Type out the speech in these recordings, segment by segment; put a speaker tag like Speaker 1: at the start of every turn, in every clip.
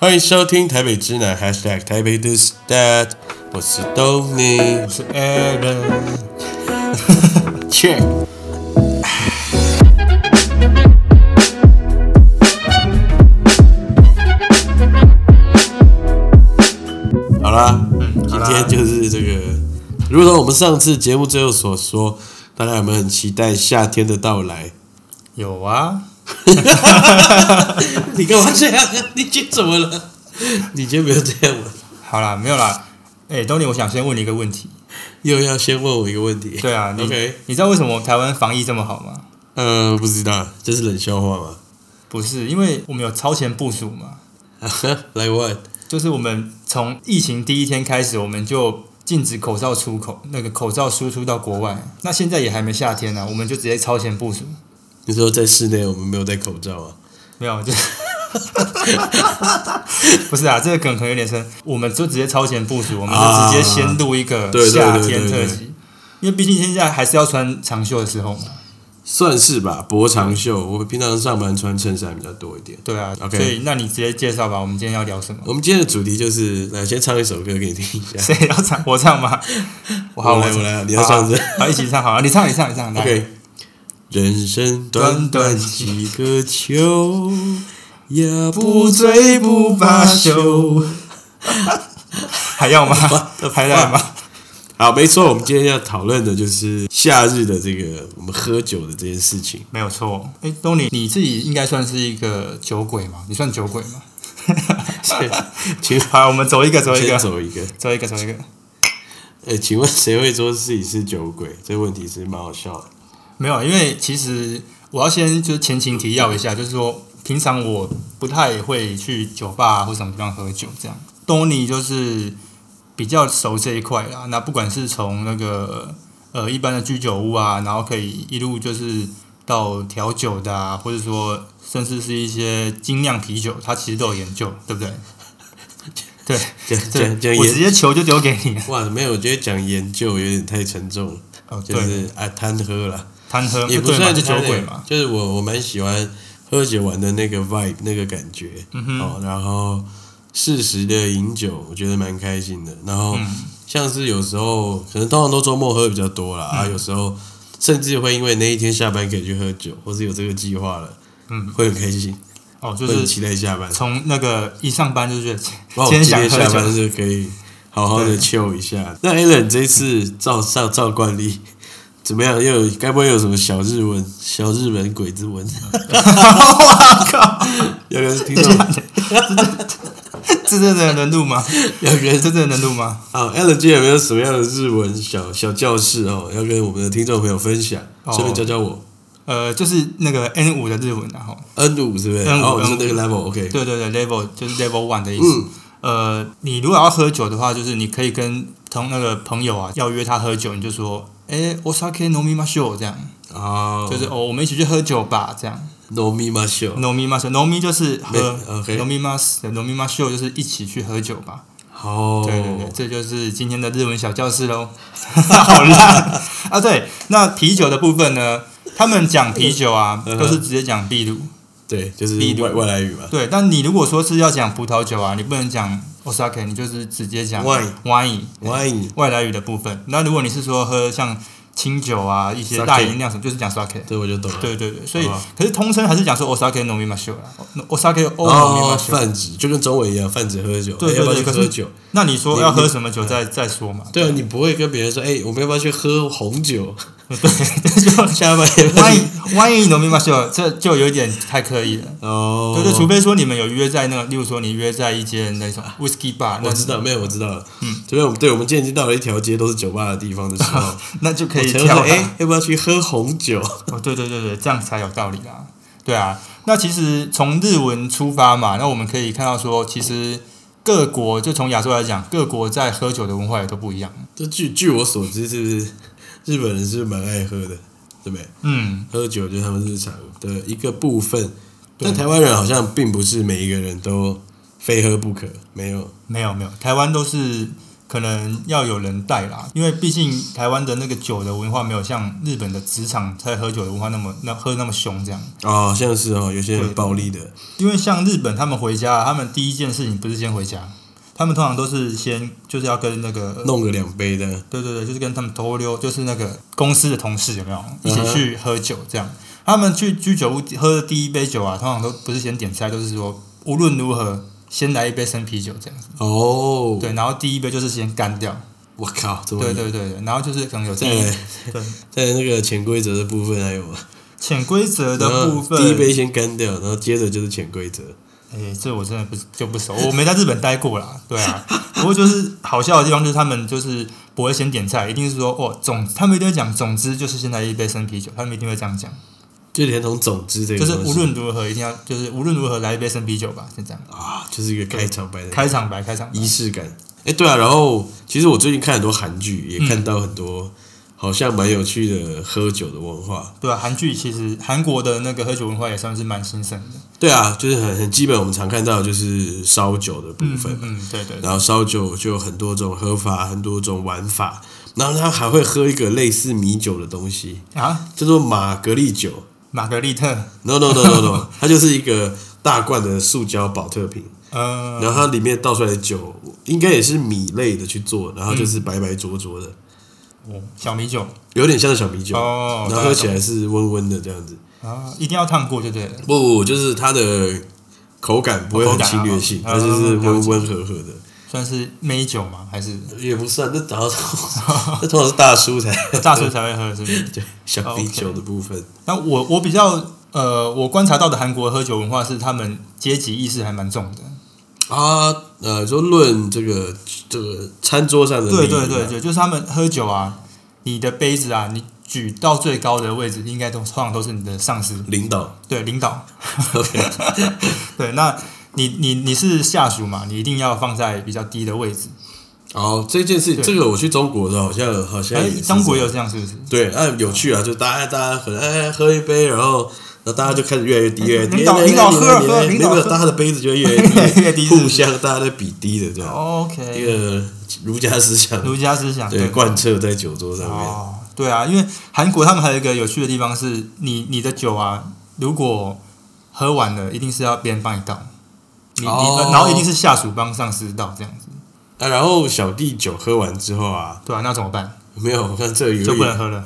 Speaker 1: 欢迎收听台北之南 #hashtag 台北 this that，我是 Tony，我是 Adam，check。好嗯啦，今天就是这个，如同我们上次节目最后所说，大家有没有很期待夏天的到来？
Speaker 2: 有啊，
Speaker 1: 你干嘛这样？ 你今天怎么了？你今天不要这样了，
Speaker 2: 好啦，没有啦。哎、东尼，我想先问你一个问题。
Speaker 1: 又要先问我一个问题。
Speaker 2: 对啊，你
Speaker 1: OK
Speaker 2: 你知道为什么台湾防疫这么好吗？
Speaker 1: 呃，不知道，这是冷笑话吗？
Speaker 2: 不是，因为我们有超前部署嘛，
Speaker 1: 来问，
Speaker 2: 就是我们从疫情第一天开始，我们就禁止口罩出口，那个口罩输出到国外。那现在也还没夏天呢、啊我们就直接超前部署。
Speaker 1: 你说在室内我们没有戴口罩啊？
Speaker 2: 没有，就是 不是啊，这个梗可能有点深。我们就直接超前部署，我们
Speaker 1: 啊
Speaker 2: 就直接先录一个
Speaker 1: 对对对
Speaker 2: 夏天
Speaker 1: 对对
Speaker 2: 特辑，因为毕竟现在还是要穿长袖的时候嘛。
Speaker 1: 算是吧，薄长袖。我平常上班穿衬衫比较多一点。
Speaker 2: 对啊
Speaker 1: OK
Speaker 2: 所以那你直接介绍吧，我们今天要聊什么？
Speaker 1: 我们今天的主题就是，来先唱一首歌给你听一 下。
Speaker 2: 谁要唱？我 唱吗？好，
Speaker 1: 我来
Speaker 2: 唱
Speaker 1: 我来你要唱是不是
Speaker 2: 好啊好，一起唱，好，你唱，你唱，你唱，来
Speaker 1: OK，人生短短几个秋，呀不
Speaker 2: 不
Speaker 1: 醉
Speaker 2: 醉
Speaker 1: 不
Speaker 2: 不
Speaker 1: 罢
Speaker 2: 罢
Speaker 1: 休
Speaker 2: 休。还要吗？还要吗？
Speaker 1: 好，没错，我们今天要讨论的就是夏日的这个我们喝酒的这件事情。
Speaker 2: 没有错。哎，东尼，你自己应该算是一个酒鬼嘛？你算酒鬼吗？
Speaker 1: 请
Speaker 2: 好，我们走一个，走一
Speaker 1: 先
Speaker 2: 个，
Speaker 1: 走一个。
Speaker 2: 走一个，走一个。
Speaker 1: 呃，请问谁会说自己是酒鬼？这问题是蛮好笑 的。
Speaker 2: 没有，因为其实我要先就是前情提要一下，就是说平常我不太会去酒吧或什么地方喝酒这样。东尼就是比较熟这一块啦，那不管是从那个呃一般的居酒屋啊，然后可以一路就是到调酒的啊，或者说甚至是一些精酿啤酒，他其实都有研究，对不对？对，
Speaker 1: 这样这样这
Speaker 2: 对，
Speaker 1: 样
Speaker 2: 我直
Speaker 1: 研
Speaker 2: 接球就丢给你了。
Speaker 1: 哇，没有，我觉得讲研究有点太沉重了，
Speaker 2: 哦，
Speaker 1: 就
Speaker 2: 对，
Speaker 1: 是啊贪喝了，
Speaker 2: 贪喝
Speaker 1: 也不
Speaker 2: 对嘛
Speaker 1: 算
Speaker 2: 就酒
Speaker 1: 贪
Speaker 2: 鬼
Speaker 1: 欸
Speaker 2: 嘛。
Speaker 1: 就是我我蛮喜欢喝酒玩的那个 vibe 那个感觉，
Speaker 2: 嗯
Speaker 1: 哦，然后适时的饮酒，我觉得蛮开心的。然
Speaker 2: 嗯
Speaker 1: 后像是有时候可能通常都周末喝比较多啦，
Speaker 2: 嗯
Speaker 1: 啊，有时候甚至会因为那一天下班可以去喝酒，或是有这个计划了，
Speaker 2: 嗯，
Speaker 1: 会很开心，
Speaker 2: 哦，就
Speaker 1: 会很
Speaker 2: 是
Speaker 1: 期待下班。
Speaker 2: 从那个一上班就觉得今
Speaker 1: 哇，我
Speaker 2: 天
Speaker 1: 今
Speaker 2: 想
Speaker 1: 天
Speaker 2: 喝
Speaker 1: 下班
Speaker 2: 酒，
Speaker 1: 是可以好好的
Speaker 2: 对
Speaker 1: chill 一下。那 Alan 这次照上照惯例怎么样？又有该不会有什么小日文、小日本鬼子 文？
Speaker 2: 我靠！
Speaker 1: 要跟听
Speaker 2: 等一
Speaker 1: 众
Speaker 2: 下，这真的能录吗？
Speaker 1: 要跟
Speaker 2: 这真的能录吗？
Speaker 1: 啊，Alan 今天有没有什么样的日文小小教室哦？要跟我们的听众朋友分享，
Speaker 2: 哦
Speaker 1: 顺便教教我。
Speaker 2: 呃，就是那个 N 五的日文然后
Speaker 1: N 五是不是？
Speaker 2: N 五
Speaker 1: 哦，就是
Speaker 2: N 五
Speaker 1: 那个 level，OK。
Speaker 2: 对对对，level 就是 level one 的意思。
Speaker 1: 嗯，
Speaker 2: 呃，你如果要喝酒的话，就是你可以跟同那个朋友啊，要约他喝酒，你就说，哎，我 sake no mi ma s h o 这样，
Speaker 1: 哦，
Speaker 2: 就是哦，我们一起去喝酒吧，这样。
Speaker 1: no mi ma s h o
Speaker 2: no mi ma s h o no mi 就是喝
Speaker 1: 没，OK
Speaker 2: ，no mi ma s no mi ma s h o 就是一起去喝酒吧。
Speaker 1: 好，
Speaker 2: 对对对，这就是今天的日文小教室喽。好烂啊！对，那啤酒的部分呢？他们讲啤酒啊，
Speaker 1: 嗯哼
Speaker 2: 都是直接讲秘鲁。
Speaker 1: 对，就是
Speaker 2: 例如
Speaker 1: 外外来语嘛。
Speaker 2: 对，但你如果说是要讲葡萄酒啊，你不能讲 osake，你就是直接讲
Speaker 1: Wine
Speaker 2: wine
Speaker 1: 欢迎
Speaker 2: 外来语的部分。那如果你是说喝像清酒啊，一些大
Speaker 1: Sake
Speaker 2: 吟酿什么，就是讲 sake。
Speaker 1: 这我就懂了。
Speaker 2: 对对对，所以
Speaker 1: 好吧
Speaker 2: 可是通称还是讲说 osake no mi ma s h o 啦，osake o no mi
Speaker 1: 哦，
Speaker 2: ma s h o
Speaker 1: 泛指就跟中文一样，泛指喝酒，哎
Speaker 2: 对对
Speaker 1: 要不要
Speaker 2: 对，
Speaker 1: 去
Speaker 2: 可
Speaker 1: 喝
Speaker 2: 是
Speaker 1: 酒？
Speaker 2: 那你说
Speaker 1: 你
Speaker 2: 要
Speaker 1: 你
Speaker 2: 喝什么酒再再说嘛？
Speaker 1: 对啊，你不会跟别人说，哎、我们要不要去喝红酒？
Speaker 2: 对，就
Speaker 1: 下班也
Speaker 2: 万一万一农民马秀，这就有点太刻意了。
Speaker 1: 哦，
Speaker 2: 对对，除非说你们有约在那个，例如说你约在一间那种 whisky bar，
Speaker 1: 啊我
Speaker 2: 那
Speaker 1: 知道，没有我知道了。嗯，除非我们对哦我们今天已经到了一条街都是酒吧的地方的时 候，
Speaker 2: 那就可以
Speaker 1: 才
Speaker 2: 跳
Speaker 1: 会说，
Speaker 2: 了。
Speaker 1: 哎、要不要去喝红酒？
Speaker 2: 哦，对对对对，这样才有道理啦。对啊，那其实从日文出发嘛，那我们可以看到说，其实各国就从亚洲来讲，各国在喝酒的文化也都不一样。
Speaker 1: 这据据我所知，是不是日本人是蛮爱喝的，对不对？
Speaker 2: 嗯，
Speaker 1: 喝酒就是他们日常的一个部分。
Speaker 2: 对
Speaker 1: 但台湾人好像并不是每一个人都非喝不可，没有。
Speaker 2: 没有没有，台湾都是可能要有人带啦，因为毕竟台湾的那个酒的文化没有像日本的职场在喝酒的文化那么那喝那么凶这样。
Speaker 1: 哦，像是哦，有些人暴力的，
Speaker 2: 因为像日本他们回家，他们第一件事情不是先回家，他们通常都是先就是要跟那个
Speaker 1: 弄个两杯的，
Speaker 2: 对对对，就是跟他们偷溜，就是那个公司的同事有没有一起去喝酒这样？他们去居酒屋喝的第一杯酒啊，通常都不是先点菜，都是说无论如何先来一杯生啤酒这样子。
Speaker 1: 哦，
Speaker 2: 对，然后第一杯就是先干掉。
Speaker 1: 我靠，怎么
Speaker 2: 对对对对，然后就是可能有这
Speaker 1: 在
Speaker 2: 样对
Speaker 1: 在那个潜规则的部分还有吗？
Speaker 2: 潜规则的
Speaker 1: 然
Speaker 2: 部
Speaker 1: 后
Speaker 2: 分。
Speaker 1: 第一杯先干掉，然后接着就是潜规则。
Speaker 2: 哎、这我真的不就不熟，我没在日本待过啦。对啊，不过就是好笑的地方就是他们就是不会先点菜，一定是说哦总，他们一定会讲，总之就是先来一杯生啤酒，他们一定会这样讲，
Speaker 1: 就连同总之这个
Speaker 2: 就
Speaker 1: 东西，
Speaker 2: 是无论如何一定要，就是无论如何来一杯生啤酒吧，就这样。
Speaker 1: 啊，就是一个开场白的
Speaker 2: 开场白，开场白
Speaker 1: 仪，式感。哎，对啊，然后其实我最近看很多韩剧，也看到很
Speaker 2: 嗯
Speaker 1: 多好像蛮有趣的喝酒的文化。
Speaker 2: 对啊，韩剧其实韩国的那个喝酒文化也算是蛮兴盛的。
Speaker 1: 对啊，就是很很基本，我们常看到的就是烧酒的部
Speaker 2: 嗯
Speaker 1: 分
Speaker 2: 嗯
Speaker 1: 嘛。
Speaker 2: 嗯，对对对，
Speaker 1: 然后烧酒就有很多种喝法，很多种玩法。然后他还会喝一个类似米酒的东西，
Speaker 2: 啊，
Speaker 1: 叫做玛格丽酒。
Speaker 2: 玛格丽特，
Speaker 1: No no no no no，它 就是一个大罐的塑胶保特瓶，
Speaker 2: 呃，
Speaker 1: 然后它里面倒出来的酒应该也是米类的去做，然后就是白白浊浊的，
Speaker 2: 哦小米酒
Speaker 1: 有点像小米酒，
Speaker 2: 哦，
Speaker 1: 然后喝起
Speaker 2: 来
Speaker 1: 来是温温的这样子。
Speaker 2: 啊，一定要烫过就对了。
Speaker 1: 不不，不就是它的口感不会很侵略性，
Speaker 2: 口
Speaker 1: 它
Speaker 2: 感啊
Speaker 1: 就是
Speaker 2: 嗯了
Speaker 1: 温
Speaker 2: 解
Speaker 1: 温和和的，
Speaker 2: 算是美酒吗？还是
Speaker 1: 也不算。那好 像那通常是大叔才
Speaker 2: 大叔才会喝？是不是？
Speaker 1: 对小米酒的部分。
Speaker 2: 那我我比较呃，我观察到的韩国喝酒文化是他们阶级意识还蛮重的。
Speaker 1: 啊，呃，就论这个这个餐桌上的
Speaker 2: 对
Speaker 1: 礼仪啊
Speaker 2: 对对对，就是他们喝酒啊，你的杯子啊，你举到最高的位置，应该都通常都是你的上司，
Speaker 1: 领导
Speaker 2: 对领导。
Speaker 1: ，OK，
Speaker 2: 对，那你你你是下属嘛，你一定要放在比较低的位置。
Speaker 1: 哦，这件事，
Speaker 2: 对
Speaker 1: 这个我去中国的时候好像好像
Speaker 2: 哎
Speaker 1: 也是，
Speaker 2: 中国
Speaker 1: 这样
Speaker 2: 有这样是不是？
Speaker 1: 对，啊，有趣啊，就大家大家可能哎喝一杯，然后然后大家就开始越来越低，越来越低，
Speaker 2: 领导
Speaker 1: 哎
Speaker 2: 嗯领导
Speaker 1: 你来
Speaker 2: 喝
Speaker 1: 你
Speaker 2: 喝
Speaker 1: 来
Speaker 2: 领
Speaker 1: 没有
Speaker 2: 导
Speaker 1: 没有
Speaker 2: 喝
Speaker 1: 大家的杯子就会越来
Speaker 2: 越低是不是
Speaker 1: 互相大家在比低的这样，一
Speaker 2: OK，
Speaker 1: 个儒家思想，
Speaker 2: 儒家思想
Speaker 1: 对，贯彻在酒桌上面。
Speaker 2: 哦，对啊，因为韩国他们还有一个有趣的地方是，你你的酒啊，如果喝完了，一定是要别人帮你倒，你、
Speaker 1: 哦
Speaker 2: 你然后一定是下属帮上司倒这样子，
Speaker 1: 啊，然后小弟酒喝完之后啊，
Speaker 2: 对啊，那怎么办？
Speaker 1: 没有，我看这有一
Speaker 2: 就不
Speaker 1: 个
Speaker 2: 能 喝了。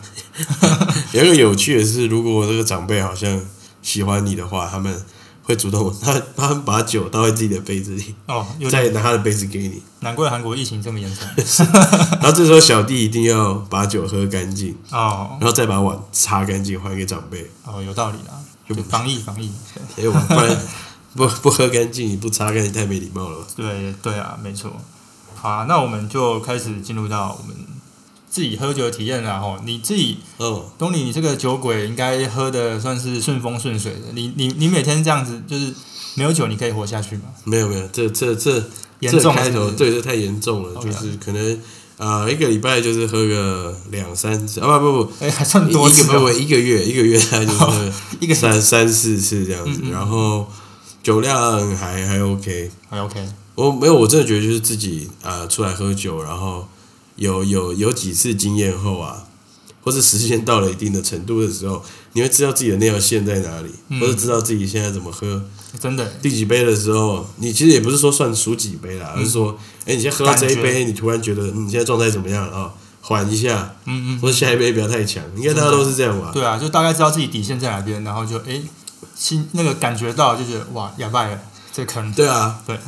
Speaker 1: 有一个有趣的是，如果这个长辈好像喜欢你的话，他们会主动，他他们 把酒倒在自己的杯子里，
Speaker 2: 哦，有点
Speaker 1: 再拿他的杯子给你。
Speaker 2: 难怪韩国疫情这么严 重
Speaker 1: 然后这时候小弟一定要把酒喝干净，
Speaker 2: 哦
Speaker 1: 然后再把碗擦干净还给长辈。
Speaker 2: 哦，有道理啦，
Speaker 1: 就
Speaker 2: 就防疫防疫，
Speaker 1: 哎、我不然 不不喝干净，你不擦干净太没礼貌了吧。
Speaker 2: 对对啊，没错。好啊，那我们就开始进入到我们自己喝酒的体验了哦，你自己
Speaker 1: 哦，
Speaker 2: 东尼，你这个酒鬼应该喝的算是顺风顺水的。你你你每天这样子，就是没有酒你可以活下去吗？
Speaker 1: 没有没有，这这这
Speaker 2: 严
Speaker 1: 这
Speaker 2: 重是
Speaker 1: 开
Speaker 2: 不
Speaker 1: 头
Speaker 2: 是，
Speaker 1: 对这太严重了，
Speaker 2: OK
Speaker 1: 就是可能啊、呃一个礼拜就是喝个两三次啊不不不。
Speaker 2: 哎、还算
Speaker 1: 一
Speaker 2: 多
Speaker 1: 个
Speaker 2: 次
Speaker 1: 不
Speaker 2: 哦、
Speaker 1: 不一个月一个月大概就是喝
Speaker 2: 一个小时
Speaker 1: 三三四次这样子，然后酒量还还 OK，
Speaker 2: 还哎 OK，
Speaker 1: 我没有，我真的觉得就是自己啊、呃出来喝酒，然后有有有几次经验后啊，或是时间到了一定的程度的时候，你会知道自己的那条线在哪里，或者知道自己现在怎么喝。
Speaker 2: 真的
Speaker 1: 第几杯的时候，你其实也不是说算数几杯啦，而是说，哎、你先喝到这一
Speaker 2: 感
Speaker 1: 杯，你突然觉得嗯你现在状态怎么样啊？缓一下，
Speaker 2: 嗯
Speaker 1: 或者下一杯不要太强，应该大家都是这样吧？
Speaker 2: 对啊，就大概知道自己底线在哪边，然后就哎心那个感觉到就觉得哇哑巴了，这坑，
Speaker 1: 对啊，
Speaker 2: 对，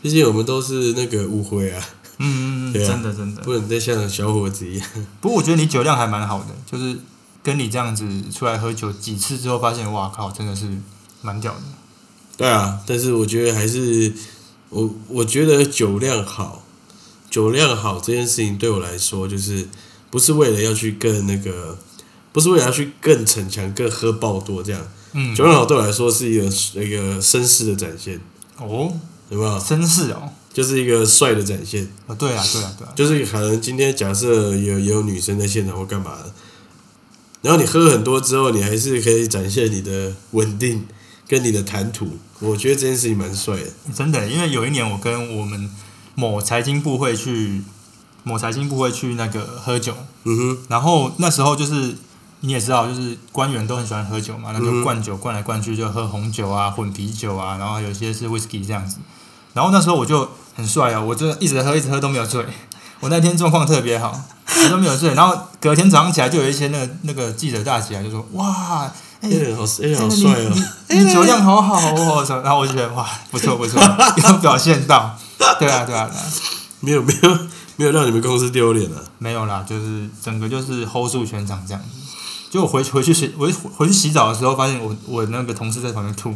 Speaker 1: 毕竟我们都是那个误会啊，
Speaker 2: 嗯嗯嗯，
Speaker 1: 对啊
Speaker 2: 真的真的。
Speaker 1: 不能再像小伙子一样。
Speaker 2: 不过我觉得你酒量还蛮好的，就是跟你这样子出来喝酒几次之后，发现哇靠，真的是蛮屌的。
Speaker 1: 对啊，但是我觉得还是我我觉得酒量好，酒量好这件事情对我来说，就是不是为了要去更那个，不是为了要去更逞强、更喝爆多这样。
Speaker 2: 嗯，
Speaker 1: 酒量好对我来说是一个一个绅士的展现，
Speaker 2: 哦，
Speaker 1: 有没有？
Speaker 2: 真是哦，
Speaker 1: 就是一个帅的展现，
Speaker 2: 哦对啊对啊对啊，
Speaker 1: 就是可能今天假设有也有女生在现场或干嘛的，然后你喝很多之后，你还是可以展现你的稳定跟你的谈吐，我觉得这件事情蛮帅的。
Speaker 2: 真的，因为有一年我跟我们某财经部会去抹财经部会去那个喝酒，
Speaker 1: 嗯哼，
Speaker 2: 然后那时候就是你也知道，就是官员都很喜欢喝酒嘛，那就灌酒灌来灌去，就喝红酒啊、混啤酒啊，然后有些是 whisky 这样子。然后那时候我就很帅哦，我就一直喝一直喝都没有醉，我那天状况特别好，我都没有醉。然后隔天早上起来，就有一些那个那个记者大姐啊，就说哇。哎、
Speaker 1: 哎、好，哎、
Speaker 2: 真
Speaker 1: 好
Speaker 2: 的
Speaker 1: 帅哦！
Speaker 2: 你你你酒量好好哦，什么？然后我就觉得哇，不错不错， 有表现到。对啊对啊对啊，
Speaker 1: 没有没有没有让你们公司丢脸啊！
Speaker 2: 没有啦，就是整个就是 hold 住全场这样子。就我回回去洗，我一回回去洗澡的时候，发现我我那个同事在旁边吐。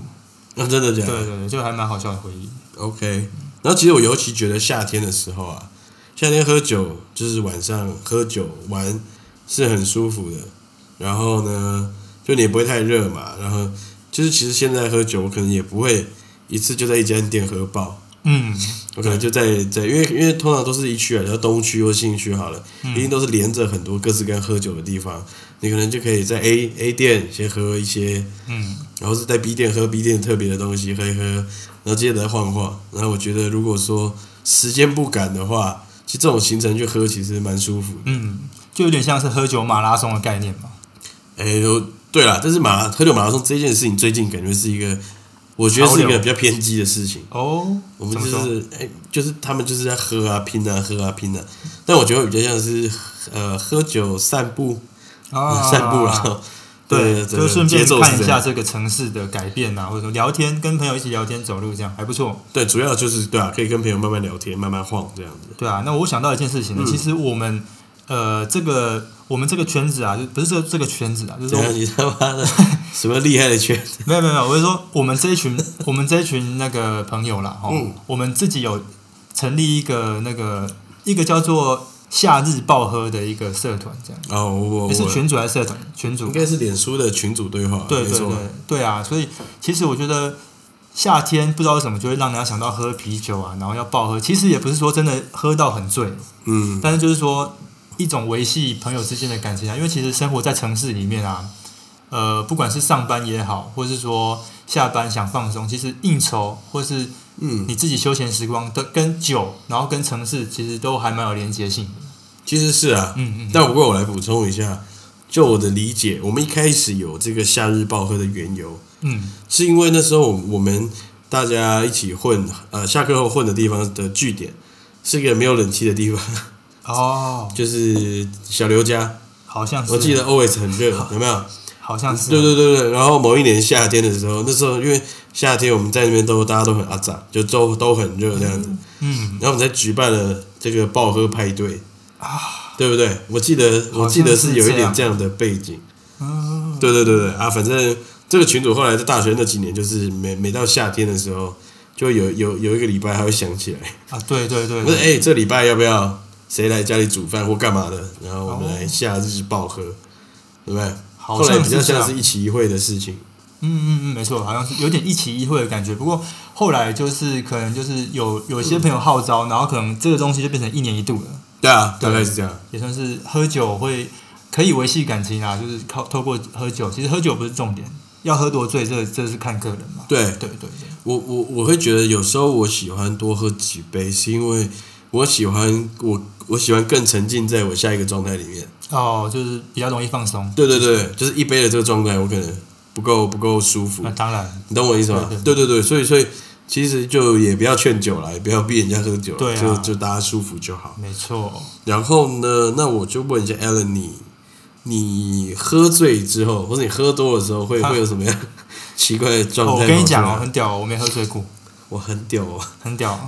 Speaker 1: 那、啊真的假
Speaker 2: 对
Speaker 1: 的
Speaker 2: 对对，就还蛮好笑的回忆。
Speaker 1: ？OK。然后其实我尤其觉得夏天的时候啊，夏天喝酒就是晚上喝酒玩是很舒服的。然后呢，就你也不会太热嘛。然后就是其实现在喝酒，我可能也不会一次就在一间店喝爆。
Speaker 2: 嗯，
Speaker 1: 我可能就在在，因为因为通常都是一区啊，然后东区或新区好了，
Speaker 2: 嗯
Speaker 1: 一定都是连着很多各式各样喝酒的地方。你可能就可以在 A A 店先喝一些，
Speaker 2: 嗯，
Speaker 1: 然后是在 B 店喝 B 店特别的东西喝一喝，然后接着再晃晃。然后我觉得如果说时间不赶的话，其实这种行程去喝其实蛮舒服的。
Speaker 2: 嗯，就有点像是喝酒马拉松的概念嘛。
Speaker 1: 哎呦，对了，但是马拉喝酒马拉松这件事情最近感觉是一个，我觉得是一
Speaker 2: 潮
Speaker 1: 个
Speaker 2: 流
Speaker 1: 比较偏激的事情。
Speaker 2: 哦，
Speaker 1: 我们
Speaker 2: 怎
Speaker 1: 就
Speaker 2: 么说？
Speaker 1: 是哎、就是他们就是在喝啊拼啊喝啊拼啊，但我觉得比较像是呃喝酒散步、
Speaker 2: 啊，
Speaker 1: 散步然后
Speaker 2: 对，
Speaker 1: 整个
Speaker 2: 就顺
Speaker 1: 节
Speaker 2: 便
Speaker 1: 奏是
Speaker 2: 看一
Speaker 1: 这样
Speaker 2: 下这个城市的改变啊，或者说聊天，跟朋友一起聊天走路这样还不错。
Speaker 1: 对，主要就是对啊，可以跟朋友慢慢聊天，慢慢晃这样子。
Speaker 2: 对啊，那我想到一件事
Speaker 1: 嗯
Speaker 2: 情呢，其实我们呃这个我们这个圈子啊，就不是这这个圈 子啊，就是
Speaker 1: 怎
Speaker 2: 说
Speaker 1: 样？你他妈的什么厉害的圈 子？
Speaker 2: 没有没有没有，我是说我们这 一群我们这一群那个朋友啦，哦，
Speaker 1: 嗯
Speaker 2: 我们自己有成立一个那个一个叫做夏日暴喝的一个社团，这样，
Speaker 1: 哦，我我
Speaker 2: 那是
Speaker 1: 我
Speaker 2: 群主还是社团？群主
Speaker 1: 应该是脸书的群组对话，
Speaker 2: 对
Speaker 1: 没
Speaker 2: 对
Speaker 1: 错
Speaker 2: 对。对啊，所以其实我觉得夏天不知道为什么就会让人家想到喝啤酒啊，然后要暴喝。其实也不是说真的喝到很醉，
Speaker 1: 嗯，
Speaker 2: 但是就是说一种维系朋友之间的感情啊，因为其实生活在城市里面啊，呃，不管是上班也好，或是说下班想放松，其实应酬或是
Speaker 1: 嗯
Speaker 2: 你自己休闲时光的跟酒，然后跟城市其实都还蛮有连结性的。
Speaker 1: 其实是啊，
Speaker 2: 嗯嗯
Speaker 1: 但不过我来补充一下，就我的理解，我们一开始有这个夏日暴喝的缘由，
Speaker 2: 嗯
Speaker 1: 是因为那时候我们大家一起混，呃，下课后混的地方的据点是一个没有冷气的地方，
Speaker 2: 哦，
Speaker 1: 就是小刘家。
Speaker 2: 好像是，
Speaker 1: 我记得 always 很 热，有没有？
Speaker 2: 好像是啊
Speaker 1: 对对对对。然后某一年夏天的时候，那时候因为夏天我们在那边都大家都很阿杂，就都都很热这样子。
Speaker 2: 嗯
Speaker 1: 然后我们才举办了这个爆喝派对，
Speaker 2: 啊
Speaker 1: 对不对？我记得我
Speaker 2: 好像
Speaker 1: 记得
Speaker 2: 是
Speaker 1: 有一
Speaker 2: 这
Speaker 1: 点
Speaker 2: 样
Speaker 1: 这样的背景。
Speaker 2: 嗯
Speaker 1: 对对对对啊，反正这个群主后来在大学那几年，就是每每到夏天的时候，就有有有一个礼拜还会想起来，
Speaker 2: 啊对对对
Speaker 1: 不是
Speaker 2: 对
Speaker 1: 哎、这礼拜要不要谁来家里煮饭或干嘛的，然后我们来夏日暴喝，对不对？
Speaker 2: 好
Speaker 1: 后来
Speaker 2: 像
Speaker 1: 比较
Speaker 2: 是这
Speaker 1: 哦像
Speaker 2: 样
Speaker 1: 是一起一会的事情，
Speaker 2: 嗯嗯嗯，没错，好像是有点一期一会的感觉。不过后来就是可能就是有有些朋友号召，然后可能这个东西就变成一年一度了，
Speaker 1: 对啊，
Speaker 2: 对
Speaker 1: 大概是这样。
Speaker 2: 也算是喝酒会可以维系感情啊，就是靠透过喝酒。其实喝酒不是重点，要喝多醉这这是看个人嘛。
Speaker 1: 对
Speaker 2: 对对对，
Speaker 1: 我我我会觉得有时候我喜欢多喝几杯，是因为我喜欢我我喜欢更沉浸在我下一个状态里面。
Speaker 2: 哦，就是比较容易放松。
Speaker 1: 对对对，就是一杯的这个状态，我可能不够不够舒服
Speaker 2: 那。当然，
Speaker 1: 你懂我意思吗？对
Speaker 2: 对
Speaker 1: 对对，所以所以其实就也不要劝酒啦，也不要逼人家喝酒啦，
Speaker 2: 对啊
Speaker 1: 就就大家舒服就好。
Speaker 2: 没错。
Speaker 1: 然后呢，那我就问一下 Alan，你你喝醉之后，或者你喝多的时候，会
Speaker 2: 啊
Speaker 1: 会有什么样奇怪的状
Speaker 2: 哦，
Speaker 1: 态、
Speaker 2: 我跟你讲哦，，很屌哦，我没喝醉过，
Speaker 1: 我很屌哦，
Speaker 2: 很屌哦。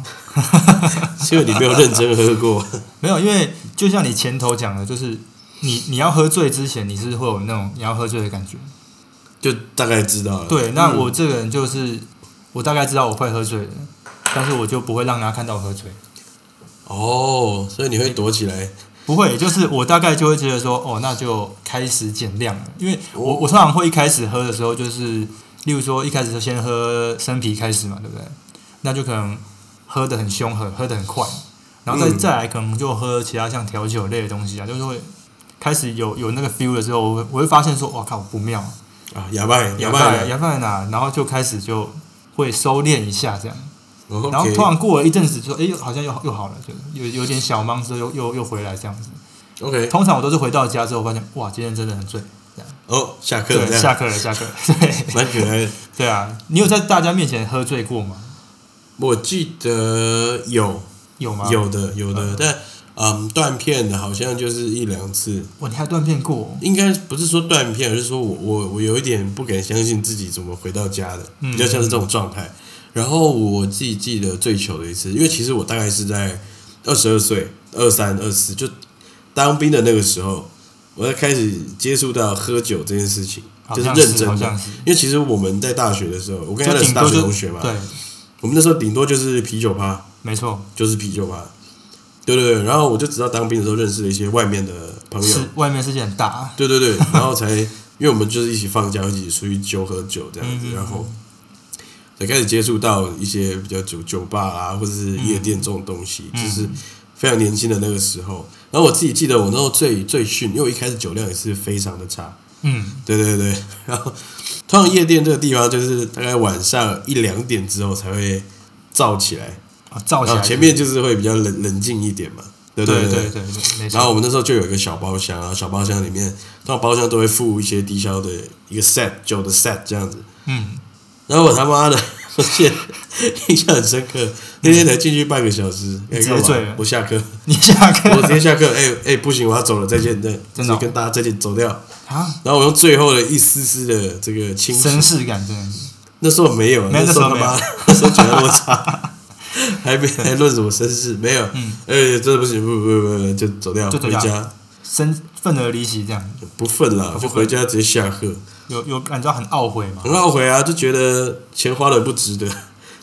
Speaker 1: 是因为你没有认真喝过。
Speaker 2: 没有，因为就像你前头讲的，就是你你要喝醉之前，你是会有那种你要喝醉的感觉。
Speaker 1: 就大概知道了。嗯
Speaker 2: 对，那我这个人就是，我大概知道我会喝醉的，但是我就不会让大家看到我喝醉，
Speaker 1: 哦，所以你会躲起来，
Speaker 2: 不会，就是我大概就会觉得说，哦，那就开始减量了，因为我
Speaker 1: 哦
Speaker 2: 我通常会一开始喝的时候，就是例如说一开始就先喝生啤开始嘛，对不对？那就可能喝的很凶，喝喝的很快，然后再、
Speaker 1: 嗯
Speaker 2: 再来可能就喝其他像调酒类的东西啊，就是会开始有有那个 feel 了之后，我会我会发现说，哇靠，不妙，
Speaker 1: 啊，哑巴，
Speaker 2: 哑
Speaker 1: 巴，
Speaker 2: 巴哑巴哪，然后就开始就会收敛一下这样。然后
Speaker 1: 哦 OK
Speaker 2: 突然过了一阵子之后，哎，又好像又好又好了，就有有点小忙之后又又又回来这样子。
Speaker 1: OK，
Speaker 2: 通常我都是回到家之后发现，哇，今天真的很醉，
Speaker 1: 哦，下课了
Speaker 2: 对，
Speaker 1: 这
Speaker 2: 下
Speaker 1: 样，
Speaker 2: 课了，下课了， 对
Speaker 1: 蛮可爱的。
Speaker 2: 对啊，你有在大家面前喝醉过吗？
Speaker 1: 我记得有
Speaker 2: 有吗？，
Speaker 1: 有的有的
Speaker 2: 嗯，
Speaker 1: 但嗯，断片的好像就是一两次，
Speaker 2: 哇，你还断片过？哦
Speaker 1: 应该不是说断片，而是说我我我有一点不敢相信自己怎么回到家的，
Speaker 2: 嗯
Speaker 1: 比较像是这种状态。然后我自己记得最糗的一次，因为其实我大概是在二十二岁、二三、二四就当兵的那个时候，我在开始接触到喝酒这件事情，
Speaker 2: 好
Speaker 1: 就是
Speaker 2: 像
Speaker 1: 认真
Speaker 2: 好
Speaker 1: 的。
Speaker 2: 像是，
Speaker 1: 因为其实我们在大学的时候，我跟他
Speaker 2: 就
Speaker 1: 是
Speaker 2: 顶
Speaker 1: 大
Speaker 2: 多
Speaker 1: 学
Speaker 2: 就
Speaker 1: 同学嘛，
Speaker 2: 对，
Speaker 1: 我们那时候顶多就是啤酒趴，
Speaker 2: 没错，
Speaker 1: 就是啤酒趴，对对对。然后我就直到当兵的时候认识了一些外面的朋友，
Speaker 2: 是外面世界很大，
Speaker 1: 对对对，然后才因为我们就是一起放假，一起出去酒喝酒这样子
Speaker 2: 嗯，嗯
Speaker 1: 然后才开始接触到一些比较酒酒吧啊，或者是
Speaker 2: 嗯
Speaker 1: 夜店这种东西，就是非常年轻的那个时候。然后我自己记得我那时候最最逊，因为我一开始酒量也是非常的差，
Speaker 2: 嗯，
Speaker 1: 对对对。然后通常夜店这个地方就是大概晚上一两点之后才会燥起来，
Speaker 2: 啊造起
Speaker 1: 然
Speaker 2: 来
Speaker 1: 后哦前面就是会比较冷冷静一点嘛，对
Speaker 2: 对
Speaker 1: 对
Speaker 2: 对对，对没
Speaker 1: 然后
Speaker 2: 错，
Speaker 1: 我们那时候就有一个小包厢，然后小包厢里面，通常包厢都会附一些低消的一个 set 酒的 set 这样子。
Speaker 2: 嗯，
Speaker 1: 然后我他妈的， 我记得印象很深刻，那天才进去半个小时，哎
Speaker 2: 嗯你直接
Speaker 1: 干嘛
Speaker 2: 醉了
Speaker 1: 我下课，
Speaker 2: 你下课
Speaker 1: 我直接下 课，哎哎不行，我要走了，再见，对，
Speaker 2: 真的哦
Speaker 1: 就跟大家再见，走掉。
Speaker 2: 啊，
Speaker 1: 然后我用最后的一丝丝的这个清醒
Speaker 2: 绅，士感真的是，
Speaker 1: 那时候没有，
Speaker 2: 没有
Speaker 1: 那时候他妈的， 那时候酒量那么差。还没还论什么绅士，没有，
Speaker 2: 嗯
Speaker 1: 哎、真的不行，不不不不，就走掉，
Speaker 2: 就走掉
Speaker 1: 回家，
Speaker 2: 身愤而离席这样，
Speaker 1: 不忿啦，
Speaker 2: 不忿
Speaker 1: 就回家直接下课，
Speaker 2: 有有感觉到很懊悔嘛？
Speaker 1: 很懊悔啊，就觉得钱花的不值得，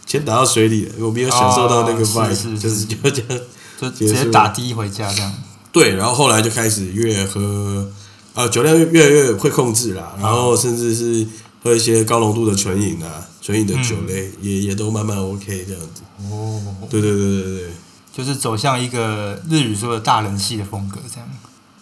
Speaker 1: 钱打到水里了，我没有享受到那个
Speaker 2: 哦
Speaker 1: vibe，、
Speaker 2: 是是
Speaker 1: 就是
Speaker 2: 是
Speaker 1: 就这样。
Speaker 2: 就直接打的回家这样，
Speaker 1: 对，然后后来就开始越喝，啊，酒量越来越会控制啦，
Speaker 2: 哦
Speaker 1: 然后甚至是喝一些高浓度的纯饮啊，纯饮的酒
Speaker 2: 嗯
Speaker 1: 类、也也都慢慢 OK 这样子。
Speaker 2: 哦，
Speaker 1: 对对对对对，
Speaker 2: 就是走向一个日语说的大人系的风格这样。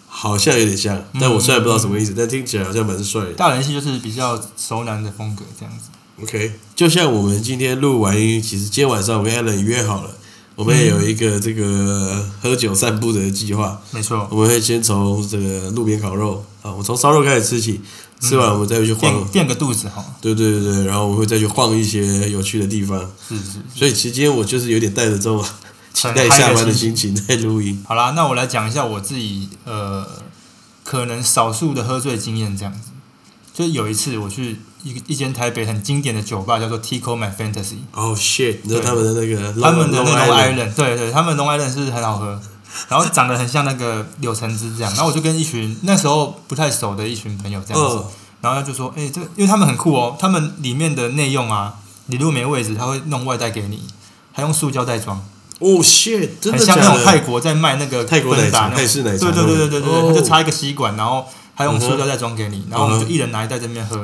Speaker 1: 好像有点像，
Speaker 2: 嗯
Speaker 1: 但我虽然不知道什么意思，但听起来好像蛮帅的。
Speaker 2: 大人系就是比较熟男的风格这样子。
Speaker 1: OK，就像我们今天录完音，其实今天晚上我跟 Allen 约好了，我们也有一个这个喝酒散步的计划。
Speaker 2: 没错，
Speaker 1: 我们会先从这个路边烤肉啊，我从烧肉开始吃起，吃完我们再去晃，
Speaker 2: 垫垫个肚子哈，
Speaker 1: 对对对对，然后我们会再去晃一些有趣的地方。
Speaker 2: 是是。
Speaker 1: 所以其实今天我就是有点带着这种期待下班的心情在录音。
Speaker 2: 好啦，那我来讲一下我自己呃，可能少数的喝醉经验这样子。就有一次我去一一间台北很经典的酒吧，叫做 Tico My Fantasy，
Speaker 1: 哦、shit！你知道他们的那个
Speaker 2: 他们的那
Speaker 1: Long
Speaker 2: 种
Speaker 1: Island
Speaker 2: Island，对对，他们 Long Island 是很好喝，然后长得很像那个柳橙汁这样。然后我就跟一群那时候不太熟的一群朋友这样子，
Speaker 1: 嗯
Speaker 2: 然后他就说：“哎、这个因为他们很酷哦，他们里面的内用啊，你如果没位置，他会弄外带给你，还用塑胶袋装，
Speaker 1: 哦、shit！真
Speaker 2: 很
Speaker 1: 的
Speaker 2: 像
Speaker 1: 假
Speaker 2: 那种泰
Speaker 1: 的？
Speaker 2: 国在卖那个
Speaker 1: 泰国奶
Speaker 2: 芬达
Speaker 1: 茶、
Speaker 2: 那
Speaker 1: 泰
Speaker 2: 种，
Speaker 1: 式奶茶
Speaker 2: 对
Speaker 1: 那种，
Speaker 2: 对对对对
Speaker 1: 哦
Speaker 2: 对，他就插一个吸管，然后还用
Speaker 1: 嗯哼
Speaker 2: 塑胶袋装给你，然后我
Speaker 1: 嗯
Speaker 2: 们就
Speaker 1: 哼
Speaker 2: 一人拿一袋在那边喝，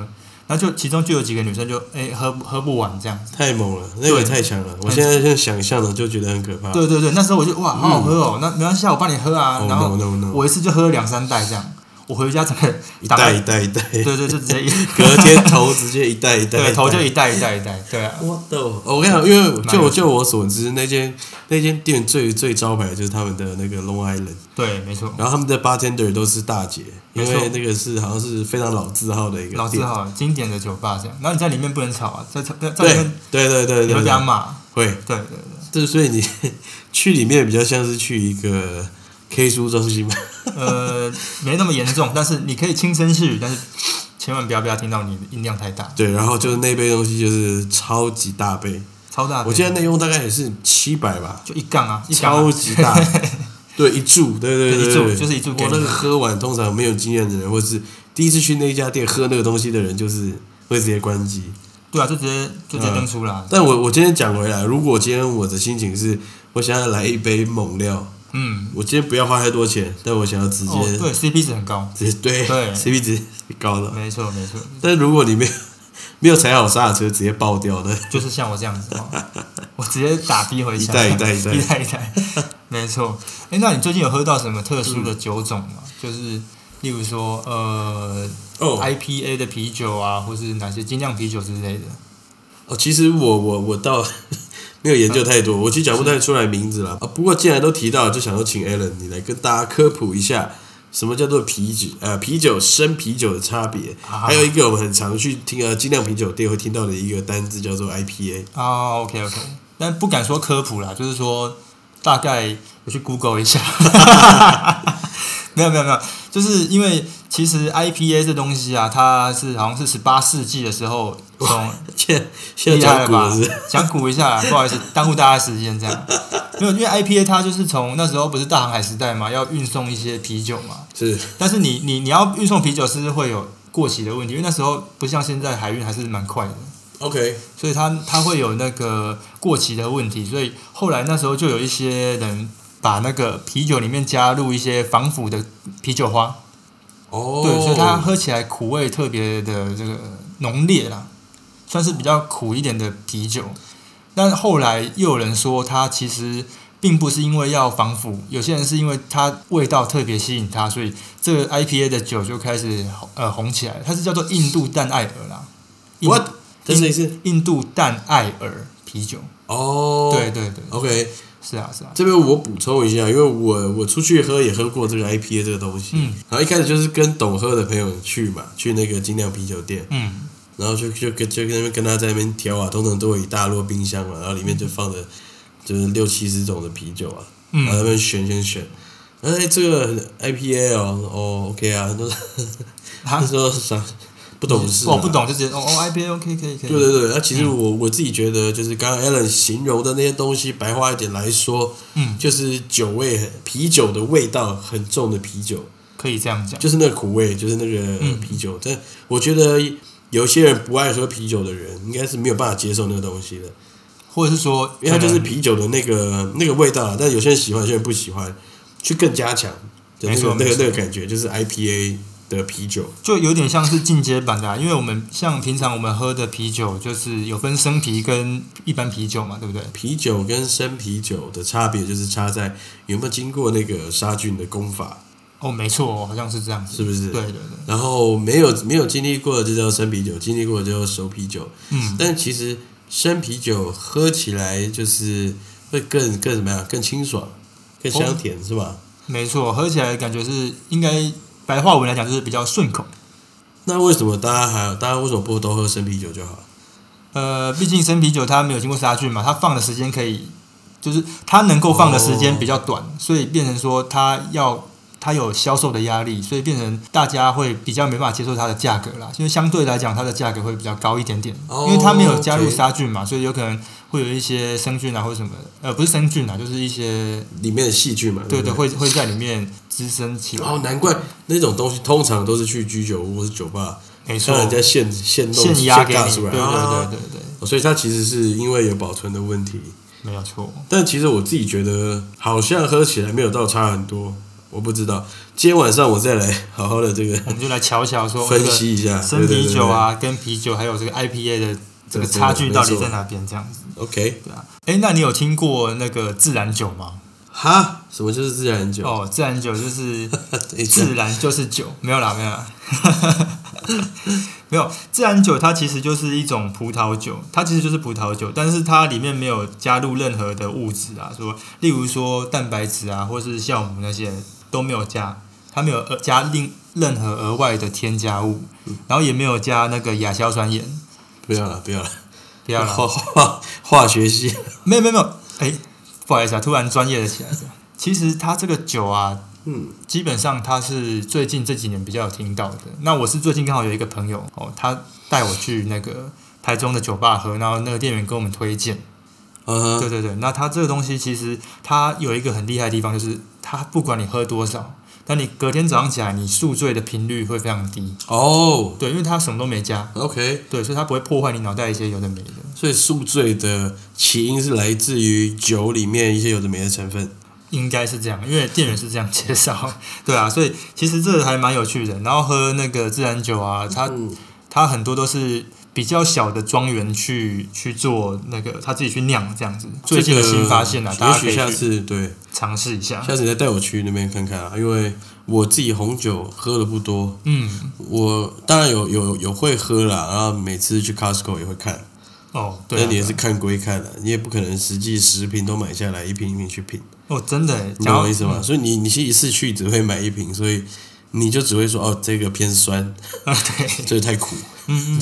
Speaker 2: 然后就其中就有几个女生就哎、喝喝不完这样子。”
Speaker 1: 太猛了，那个也太强了！我现在就想象了，就觉得很可怕。
Speaker 2: 对对对，那时候我就哇，好好喝哦，那没关系，啊，我帮你喝啊。
Speaker 1: 哦
Speaker 2: 然后
Speaker 1: 嗯 no no no，
Speaker 2: 我一次就喝了两三袋这样，我回家整个
Speaker 1: 一
Speaker 2: 打
Speaker 1: 袋
Speaker 2: 开
Speaker 1: 一袋一袋，
Speaker 2: 对对，就直接一
Speaker 1: 隔天头直接一袋一袋，
Speaker 2: 对头就一袋一袋一袋，对啊，
Speaker 1: 我的，我跟你讲，因为
Speaker 2: 哪
Speaker 1: 就
Speaker 2: 有
Speaker 1: 我就我所知，那间那间店最最招牌就是他们的那个 Long Island，
Speaker 2: 对，没错，
Speaker 1: 然后他们的 bartender 都是大姐，因
Speaker 2: 没错
Speaker 1: 为那个是好像是非常老字号的一个
Speaker 2: 老字
Speaker 1: 店，
Speaker 2: 号经典的酒吧这样。然后你在里面不能吵啊，在在在里
Speaker 1: 对
Speaker 2: 面
Speaker 1: 对对对
Speaker 2: 你会
Speaker 1: 对
Speaker 2: 被他
Speaker 1: 对，
Speaker 2: 骂，
Speaker 1: 会，
Speaker 2: 对对对，
Speaker 1: 对，所以你 去里面比较像是去一个 K 书中 心吧，
Speaker 2: 呃，没那么严重，但是你可以轻声细语，但是千万不要被他听到你的音量太大，
Speaker 1: 对，然后就是那杯东西就是超级大杯，
Speaker 2: 超大杯，
Speaker 1: 我记得内用大概也是七百吧，
Speaker 2: 就一杠啊，一杠啊
Speaker 1: 超级大， 对，一注，对对
Speaker 2: 对
Speaker 1: 对
Speaker 2: 一
Speaker 1: 对
Speaker 2: 注
Speaker 1: 对
Speaker 2: 就是一注给
Speaker 1: 我
Speaker 2: 你
Speaker 1: 那个喝完，通常没有经验的人，或是第一次去那一家店喝那个东西的人，就是会直接关机。
Speaker 2: 对啊，就直接就
Speaker 1: 嗯
Speaker 2: 直接登出啦，
Speaker 1: 但我我今天讲回来，如果今天我的心情是，我想要来一杯猛料，
Speaker 2: 嗯，
Speaker 1: 我今天不要花太多钱，但我想要直接、
Speaker 2: 哦，对，CP 值很高，
Speaker 1: 直接对
Speaker 2: 对
Speaker 1: CP 值高的。
Speaker 2: 没错没错，
Speaker 1: 但如果你没有没有踩好刹车，直接爆掉的，
Speaker 2: 就是像我这样子 哦，我直接打的回家，
Speaker 1: 一袋一袋一袋
Speaker 2: 一袋一袋，没错。哎，那你最近有喝到什么特殊的
Speaker 1: 嗯
Speaker 2: 酒种吗？就是例如说呃
Speaker 1: 哦
Speaker 2: IPA 的啤酒啊，或是哪些精酿啤酒之类的。
Speaker 1: 哦，其实我我我到 没有研究太多，
Speaker 2: 啊
Speaker 1: 我其实讲不太出来名字啦。啊，不过既然都提到了，就想说请 Alan 你来跟大家科普一下，什么叫做啤酒？呃，啤酒生啤酒的差别，
Speaker 2: 啊
Speaker 1: 还有一个我们很常去听呃精酿啤酒店会听到的一个单字叫做 IPA。
Speaker 2: 啊，OK，OK、o k OK，但不敢说科普啦，就是说大概我去 Google 一下， 没有没有没有，就是因为其实 IPA 这东西啊，它是好像是十八世纪的时候从
Speaker 1: 现现
Speaker 2: 厉
Speaker 1: 在
Speaker 2: 害
Speaker 1: 讲
Speaker 2: 了
Speaker 1: 古
Speaker 2: 吧
Speaker 1: 了是？？
Speaker 2: 讲古一下啦，不好意思，耽误大家时间这样。没有，因为 IPA 它就是从那时候不是大航海时代嘛，要运送一些啤酒嘛，
Speaker 1: 是
Speaker 2: 但是你你你要运送啤酒是会有过期的问题，因为那时候不像现在海运还是蛮快的。
Speaker 1: OK，
Speaker 2: 所以它它会有那个过期的问题，所以后来那时候就有一些人把那个啤酒里面加入一些防腐的啤酒花，
Speaker 1: 哦，
Speaker 2: 对，所以它喝起来苦味特别的这个浓烈啦，算是比较苦一点的啤酒。但后来又有人说，它其实并不是因为要防腐，有些人是因为它味道特别吸引他，所以这个 IPA 的酒就开始呃红起来，它是叫做印度淡艾尔啦。印
Speaker 1: What？这是一次
Speaker 2: 印度淡艾尔啤酒。
Speaker 1: 哦，
Speaker 2: 对对对，
Speaker 1: ，OK，
Speaker 2: 是啊是啊，
Speaker 1: 这边我补充一下，因为我我出去喝也喝过这个 IPA 这个东西，
Speaker 2: 嗯
Speaker 1: 然后一开始就是跟懂喝的朋友去嘛，去那个精酿啤酒店，
Speaker 2: 嗯
Speaker 1: 然后就就跟就跟那边跟他在那边调啊，通常都有一大摞冰箱嘛，然后里面就放着就是六七十种的啤酒啊，然后
Speaker 2: 嗯，
Speaker 1: 他们选选选，哎，这个很 IPA 哦，哦 OK 啊，那
Speaker 2: 啊
Speaker 1: 那时候啥不懂事、啊，
Speaker 2: 我不懂就直接哦哦 IPA OK 可以可以，
Speaker 1: 对对对，那、其
Speaker 2: 嗯
Speaker 1: 实我、我自己觉得，就是刚刚 Alan 形容的那些东西，白话一点来说，
Speaker 2: 嗯
Speaker 1: 就是酒味很啤酒的味道很重的啤酒，
Speaker 2: 可以这样讲，
Speaker 1: 就是那个苦味，就是那个
Speaker 2: 嗯
Speaker 1: 啤酒。但我觉得有些人不爱喝啤酒的人，应该是没有办法接受那个东西的，
Speaker 2: 或者是说，
Speaker 1: 因为它就
Speaker 2: 可
Speaker 1: 是
Speaker 2: 能
Speaker 1: 啤酒的那个那个味道啊。但有些人喜欢，有些人不喜欢，去更加强的那
Speaker 2: 没
Speaker 1: 个
Speaker 2: 错
Speaker 1: 那
Speaker 2: 没
Speaker 1: 个
Speaker 2: 错
Speaker 1: 那个感觉，就是 IPA 的啤酒。
Speaker 2: 就有点像是进阶版的、啊，因为我们像平常我们喝的啤酒，就是有分生啤跟一般啤酒嘛，对不对？
Speaker 1: 啤酒跟生啤酒的差别就是差在有没有经过那个杀菌的功法。
Speaker 2: 哦，没错、哦，好像是这样子。
Speaker 1: 是不是？
Speaker 2: 对对对，
Speaker 1: 然后没有没有经历过的就叫生啤酒，经历过的就叫熟啤酒。
Speaker 2: 嗯，
Speaker 1: 但其实生啤酒喝起来就是会更更怎么样？更清爽，更香甜、是吧？
Speaker 2: 没错，喝起来感觉是应该白话文来讲就是比较顺口。
Speaker 1: 那为什么大家还大家为什么不都喝生啤酒就好？
Speaker 2: 呃，毕竟生啤酒它没有经过杀菌嘛，它放的时间可以，就是它能够放的时间比较短，所以变成说它要它有销售的压力，所以变成大家会比较没办法接受它的价格啦，因为相对来讲它的价格会比较高一点点，
Speaker 1: 哦
Speaker 2: 因为它没有加入
Speaker 1: OK
Speaker 2: 杀菌嘛，所以有可能会有一些生菌啊或者什么的，呃，不是生菌啊，就是一些
Speaker 1: 里面的细菌嘛，
Speaker 2: 对
Speaker 1: 对
Speaker 2: 对
Speaker 1: 不
Speaker 2: 会会在里面滋生起来，
Speaker 1: 嗯哦，难怪那种东西通常都是去居酒屋或是酒吧，
Speaker 2: 没错
Speaker 1: 让，人家现现弄
Speaker 2: 现压给
Speaker 1: 尬
Speaker 2: 你，
Speaker 1: 出
Speaker 2: 对对
Speaker 1: 来，
Speaker 2: 对
Speaker 1: 啊
Speaker 2: 对对，
Speaker 1: 所以它其实是因为有保存的问题，
Speaker 2: 没有错，
Speaker 1: 但其实我自己觉得，好像喝起来没有到差很多，我不知道。今天晚上我再来 好好的这个
Speaker 2: 我们就来瞧瞧说
Speaker 1: 分
Speaker 2: 这个
Speaker 1: 析一下
Speaker 2: 生啤酒。啊，跟啤酒还有这个 IPA 的这个差距到底在哪边？这样子，
Speaker 1: 对对对对 OK，
Speaker 2: 对啊。哎，那你有听过那个自然酒吗？
Speaker 1: 哈，什么就是自然酒？
Speaker 2: 哦，自然酒就是
Speaker 1: 等一下
Speaker 2: 自然就是酒，没有啦，没有啦， 没有。自然酒它其实就是一种葡萄酒，它其实就是葡萄酒，但是它里面没有加入任何的物质啊，说例如说蛋白质啊，或是酵母那些都没有加，它没有呃加另任何额外的添加物，然后也没有加那个亚硝酸盐。
Speaker 1: 不要了，不要了，
Speaker 2: 不要啦，
Speaker 1: 化化化学系
Speaker 2: 没有没有没有，哎，不好意思啊，突然专业了起来。其实它这个酒啊，
Speaker 1: 嗯，
Speaker 2: 基本上它是最近这几年比较有听到的。那我是最近刚好有一个朋友哦，他带我去那个台中的酒吧喝，然后那个店员跟我们推荐。
Speaker 1: 啊
Speaker 2: 对，对对，那它这个东西其实它有一个很厉害的地方，就是它不管你喝多少，但你隔天早上起来你宿醉的频率会非常低。
Speaker 1: 哦
Speaker 2: 对，因为它什么都没加，
Speaker 1: ，OK，
Speaker 2: 对，所以它不会破坏你脑袋一些有的没的。
Speaker 1: 所以宿醉的起因是来自于酒里面一些有的没的成分。
Speaker 2: 应该是这样，因为店员是这样介绍， 对啊，所以其实这还蛮有趣的。然后喝那个自然酒啊，它
Speaker 1: 嗯
Speaker 2: 它很多都是比较小的庄园去去做那个，他自己去酿这样子。最近的新发现啊，
Speaker 1: 这个
Speaker 2: 大
Speaker 1: 也
Speaker 2: 家可
Speaker 1: 许下
Speaker 2: 以去
Speaker 1: 次对，
Speaker 2: 尝试一下。
Speaker 1: 下次你再带我去那边看看啊，因为我自己红酒喝的不多，
Speaker 2: 嗯，
Speaker 1: 我当然有有有会喝啦，然后每次去 Costco 也会看，
Speaker 2: 哦，对、
Speaker 1: 那
Speaker 2: 啊，
Speaker 1: 你也是
Speaker 2: 对啊
Speaker 1: 看归看了、你也不可能实际十瓶都买下来，一瓶一瓶去品，
Speaker 2: 哦，真的耶，
Speaker 1: 你懂
Speaker 2: 讲到
Speaker 1: 我意思吗？？所以你你是一次去只会买一瓶，所以你就只会说哦，这个偏酸，
Speaker 2: 啊，对，
Speaker 1: 这个太苦。
Speaker 2: 嗯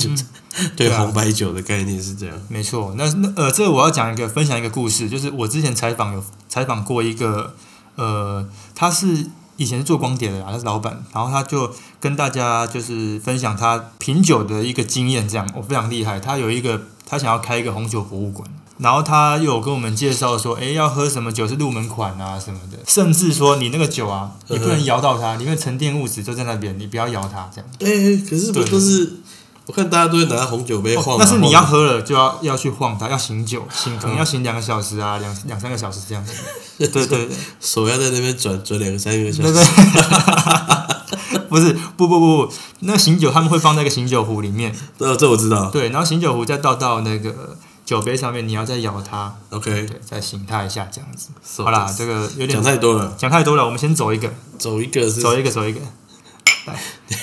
Speaker 2: 嗯嗯，
Speaker 1: 对
Speaker 2: 对啊
Speaker 1: 红白酒的概念是这样，
Speaker 2: 没错，那那呃，这个我要讲一个分享一个故事，就是我之前采访有采访过一个呃，他是以前是做光碟的啦，他是老板，然后他就跟大家就是分享他品酒的一个经验，这样我、哦非常厉害。他有一个他想要开一个红酒博物馆，然后他又有跟我们介绍说，诶，要喝什么酒是入门款啊什么的，甚至说你那个酒啊，你不能摇到它，里面沉淀物质就在那边，你不要摇它这样。
Speaker 1: 哎、可是不
Speaker 2: 对啊
Speaker 1: 都是？我看大家都会拿红酒杯
Speaker 2: 哦
Speaker 1: 晃、
Speaker 2: 那是你要
Speaker 1: 晃
Speaker 2: 喝了就嗯要要去晃它，要醒酒，醒可能要醒两个小时啊，两两三个小时这样子。 对对对，
Speaker 1: 手要在那边转转两个三个小时，
Speaker 2: 对对， 不是不不不不，那醒酒他们会放在一个醒酒壶里面，
Speaker 1: 呃，这我知道。
Speaker 2: 对，然后醒酒壶再倒到那个酒杯上面，你要再摇它，
Speaker 1: OK，
Speaker 2: 对，再醒它一下这样子。
Speaker 1: 手
Speaker 2: 好啦，这个有点
Speaker 1: 讲太多了，
Speaker 2: 讲太多了，我们先走一个，
Speaker 1: 走一个是
Speaker 2: 走一个，走一个。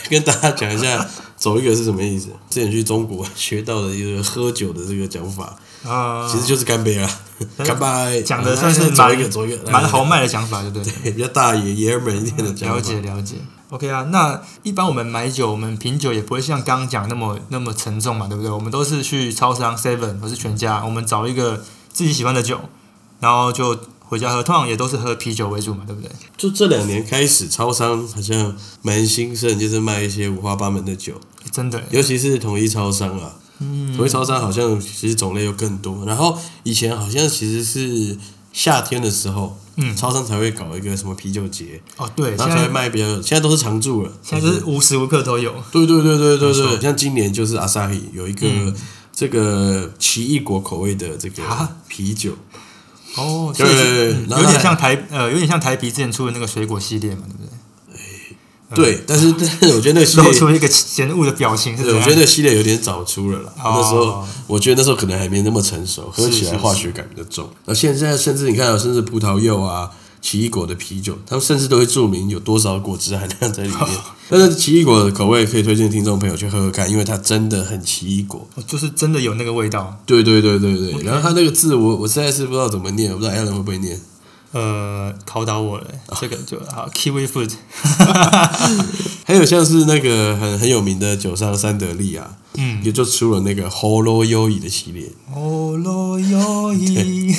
Speaker 1: 跟大家讲一下，走一个是什么意思？之前去中国学到的一个喝酒的这个讲法，
Speaker 2: 啊、
Speaker 1: 其实就是干杯啊，干杯，
Speaker 2: 讲的算是
Speaker 1: 走一个
Speaker 2: 蛮
Speaker 1: 走一个，
Speaker 2: 蛮
Speaker 1: 来
Speaker 2: 豪，迈的想法，对不对？
Speaker 1: 来来比较大爷爷们一点的讲法。
Speaker 2: 了解了解。OK 啊，那一般我们买酒，我们品酒也不会像刚刚讲那么那么沉重嘛，对不对？我们都是去超商 Seven 或是全家，我们找一个自己喜欢的酒，然后就回家喝。通常也都是喝啤酒为主嘛，对不对？
Speaker 1: 就这两年开始，超商好像蛮兴盛，就是卖一些五花八门的酒，
Speaker 2: 诶真的耶，
Speaker 1: 尤其是统一超商啊。嗯，统一超商好像其实种类又更多。然后以前好像其实是夏天的时候，
Speaker 2: 嗯
Speaker 1: 超商才会搞一个什么啤酒节，
Speaker 2: 哦对，
Speaker 1: 然
Speaker 2: 现
Speaker 1: 后才会
Speaker 2: 在
Speaker 1: 卖比较。现在都是常驻了，
Speaker 2: 现在就是无时无刻都有。
Speaker 1: 对对对对对对，
Speaker 2: 没错嗯
Speaker 1: 像今年就是阿萨 i 有一个、这个奇异果口味的这个
Speaker 2: 啊
Speaker 1: 啤酒，
Speaker 2: 哦，
Speaker 1: 对
Speaker 2: 所以是
Speaker 1: 对对
Speaker 2: 嗯
Speaker 1: 然后
Speaker 2: 有
Speaker 1: 它
Speaker 2: 点像台呃，有点像台啤之前出的那个水果系列嘛，对不对？嗯
Speaker 1: 对，但是但是我觉得那个系列
Speaker 2: 露，出一个嫌恶的表情是
Speaker 1: 对
Speaker 2: 怎
Speaker 1: 我觉
Speaker 2: 样？
Speaker 1: 得那个系列有点早出了啦。
Speaker 2: 哦
Speaker 1: 那时候我觉得那时候可能还没那么成熟，喝起
Speaker 2: 是
Speaker 1: 来
Speaker 2: 是
Speaker 1: 化学感比较重。那现在甚至你看、啊，甚至葡萄柚啊。奇异果的啤酒，他们甚至都会注明有多少果汁含量在里 面。但是奇异果的口味可以推荐听众朋友去喝喝看，因为它真的很奇异果。
Speaker 2: 哦就是真的有那个味道。
Speaker 1: 对对对对对，然后他那个字我我实在是不知道怎么念，我不知道 Alan 会不会念。
Speaker 2: 呃，考倒我了，这个就 好。Kiwi Food，
Speaker 1: 还有像是那个很很有名的酒商三得利啊，嗯，也就出了那个 Holo 优以的系列，
Speaker 2: 哦喽摇一，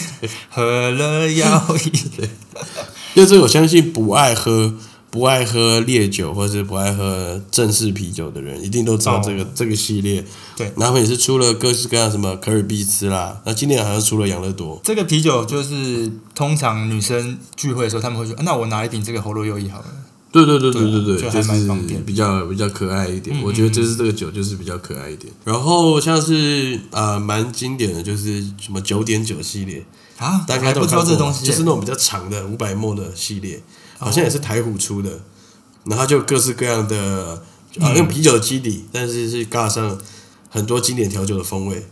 Speaker 2: 喝了 摇一，
Speaker 1: 因为这个我相信不爱喝不爱喝烈酒或者不爱喝正式啤酒的人，一定都知道这个、这个系列。
Speaker 2: 哦对
Speaker 1: 然后他们也是出了各式各样什么可尔必斯啦，那今年好像出了养乐多，
Speaker 2: 这个啤酒就是通常女生聚会的时候，她们会说、啊那我拿一瓶这个喉咙优一好了。
Speaker 1: 对对对对
Speaker 2: 对啊
Speaker 1: 对对，
Speaker 2: 就还
Speaker 1: 就是
Speaker 2: 蛮方便
Speaker 1: 比较比较可爱一点。
Speaker 2: 嗯
Speaker 1: 我觉得就是这个酒就是比较可爱一点。然后像是呃蛮经典的，就是什么九点九系列，
Speaker 2: 啊，
Speaker 1: 大家
Speaker 2: 我还
Speaker 1: 都
Speaker 2: 不
Speaker 1: 有
Speaker 2: 知道
Speaker 1: 看
Speaker 2: 这
Speaker 1: 过
Speaker 2: 东西耶，
Speaker 1: 就是那种比较长的五百沫的系列，好像也是台虎出的。然后就各式各样的，啊，用啤酒的基底，但是是尬上很多经典调酒的风味，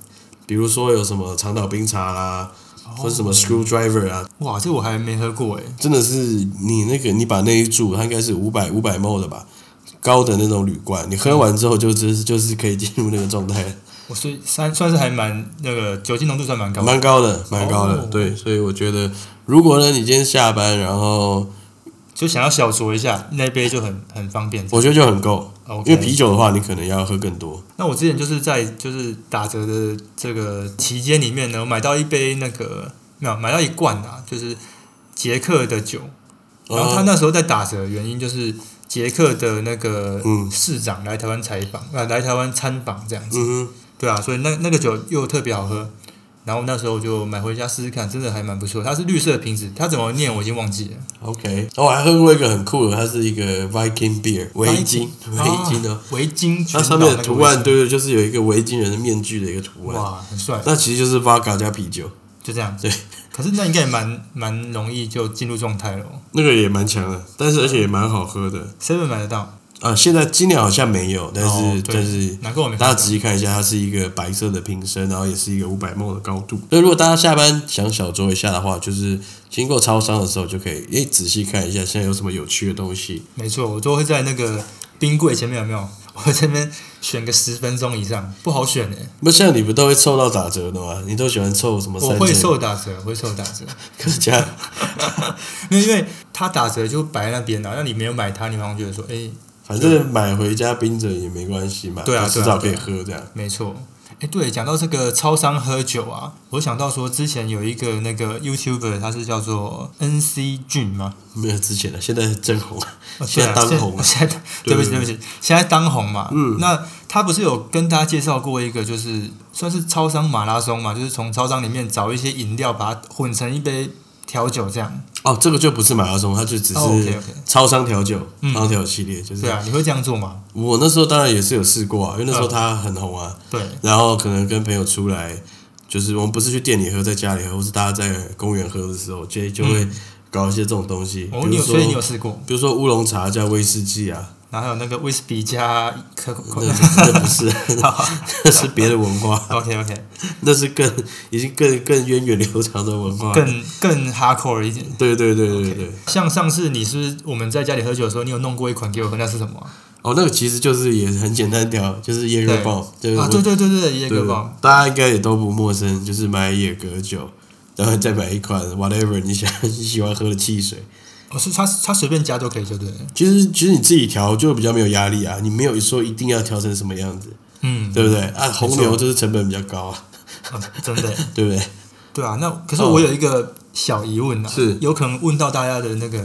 Speaker 1: 比如说有什么长岛冰茶啦，或者什么 screwdriver 啊，
Speaker 2: 哇，这我还没喝过哎。
Speaker 1: 真的是你那个，你把那一注，它应该是五百五百 ml 的吧，高的那种铝罐，你喝完之后就真是就是可以进入那个状态，
Speaker 2: 我是算算是还蛮那个酒精浓度算蛮高的。
Speaker 1: 蛮高的，蛮高的。
Speaker 2: 哦
Speaker 1: 对，所以我觉得，如果呢你今天下班，然后
Speaker 2: 就想要小酌一下，那杯就很很方便。
Speaker 1: 我觉得就很够，
Speaker 2: OK
Speaker 1: 因为啤酒的话，你可能要喝更多。
Speaker 2: 那我之前就是在就是打折的这个期间里面呢，我买到一杯那个没有买到一罐啊，就是捷克的酒。然后他
Speaker 1: 呃
Speaker 2: 那时候在打折，原因就是捷克的那个
Speaker 1: 嗯
Speaker 2: 市长来台湾采访，啊，来台湾参访这样子，
Speaker 1: 嗯哼，
Speaker 2: 对啊，所以那那个酒又特别好喝。然后那时候我就买回家试试看，真的还蛮不错。它是绿色的瓶子，它怎么念我已经忘记了。
Speaker 1: OK，哦我还喝过一个很酷的，它是一个 Viking beer 维京维京哦，
Speaker 2: 啊，维京群
Speaker 1: 它
Speaker 2: 岛
Speaker 1: 上面的
Speaker 2: 那个
Speaker 1: 图
Speaker 2: 维
Speaker 1: 案，
Speaker 2: 京，
Speaker 1: 对对，就是有一个维京人的面具的一个图案，
Speaker 2: 哇，很帅，
Speaker 1: 那其实就是 Vodka 加啤酒，
Speaker 2: 就这样。
Speaker 1: 对，
Speaker 2: 可是那应该也蛮蛮容易就进入状态了、哦。
Speaker 1: 那个也蛮强的，但是而且也蛮好喝的。
Speaker 2: seven 买得到，
Speaker 1: 啊，现在今年好像没有，但是、
Speaker 2: 哦对
Speaker 1: 但是
Speaker 2: 难怪我没
Speaker 1: 大家
Speaker 2: 看到
Speaker 1: 仔细看一下，它是一个白色的瓶身，然后也是一个五百梦的高度。所以如果大家下班想小酌一下的话，就是经过超商的时候就可以，诶，仔细看一下现在有什么有趣的东西。
Speaker 2: 没错，我都会在那个冰柜前面有没 有？我这边选个十分钟以上，不好选哎、
Speaker 1: 不像你不都会凑到打折的吗？你都喜欢凑什么三
Speaker 2: 我
Speaker 1: 折？
Speaker 2: 会受打折，我会受打折，
Speaker 1: 可是加
Speaker 2: 因为因为它打折就摆在那边了、啊那你没有买它，你好像觉得说，哎、
Speaker 1: 反正买回家冰着也没关系嘛，
Speaker 2: 对啊
Speaker 1: 迟早可
Speaker 2: 对啊
Speaker 1: 以喝这样。
Speaker 2: 没错。哎，对，讲到这个超商喝酒啊，我想到说之前有一个那个 YouTuber，他是叫做 NC 俊嘛，
Speaker 1: 没有之前了，现在正红了，
Speaker 2: 哦
Speaker 1: 现在当红了啊
Speaker 2: 现在对
Speaker 1: 对
Speaker 2: 不起对不起，现在当红嘛。嗯，那他不是有跟大家介绍过一个，就是算是超商马拉松嘛，就是从超商里面找一些饮料，把它混成一杯调酒这样。
Speaker 1: 哦，这个就不是马拉松，它就只
Speaker 2: 哦，OK
Speaker 1: 是
Speaker 2: OK，
Speaker 1: 超商调酒、
Speaker 2: 嗯
Speaker 1: 超调系列，就是
Speaker 2: 对啊，你会这样做吗？
Speaker 1: 我那时候当然也是有试过啊，因为那
Speaker 2: 嗯
Speaker 1: 时候它很红啊，
Speaker 2: 对，
Speaker 1: 然后可能跟朋友出来，就是我们不是去店里喝，在家里喝，或是大家在公园喝的时候，就就会搞一些这种东西，
Speaker 2: 嗯哦，
Speaker 1: 比
Speaker 2: 你有，
Speaker 1: 如
Speaker 2: 所以你有
Speaker 1: 说
Speaker 2: 试过，
Speaker 1: 比如说乌龙茶加威士忌啊，
Speaker 2: 然后还有那个威士忌加可可
Speaker 1: 那
Speaker 2: 可。
Speaker 1: 那不是，那是别的文化，
Speaker 2: OK OK，
Speaker 1: 那是更已经更更源远流长的文化，
Speaker 2: 更更 hardcore 一点。
Speaker 1: 对对对对对。
Speaker 2: 像上次你是不是我们在家里喝酒的时候，你有弄过一款给我喝，那是什么啊？
Speaker 1: 哦，那个其实就是也很简单调，就是椰
Speaker 2: 对
Speaker 1: 格棒，就是
Speaker 2: 啊，
Speaker 1: 我
Speaker 2: 对对对对，椰哥棒，
Speaker 1: 大家应该也都不陌生，就是买野格酒，然后再买一款 whatever 你想 你喜欢喝的汽水。
Speaker 2: 我哦是他他随便加都可以，就对了。
Speaker 1: 其实其实你自己调就比较没有压力啊，你没有说一定要调成什么样子，
Speaker 2: 嗯，
Speaker 1: 对不对？啊，红
Speaker 2: 没
Speaker 1: 牛
Speaker 2: 错
Speaker 1: 就是成本比较高啊，
Speaker 2: 啊真的，
Speaker 1: 对不对？
Speaker 2: 对啊。那可是
Speaker 1: 哦
Speaker 2: 我有一个小疑问啊，
Speaker 1: 是
Speaker 2: 有可能问到大家的那个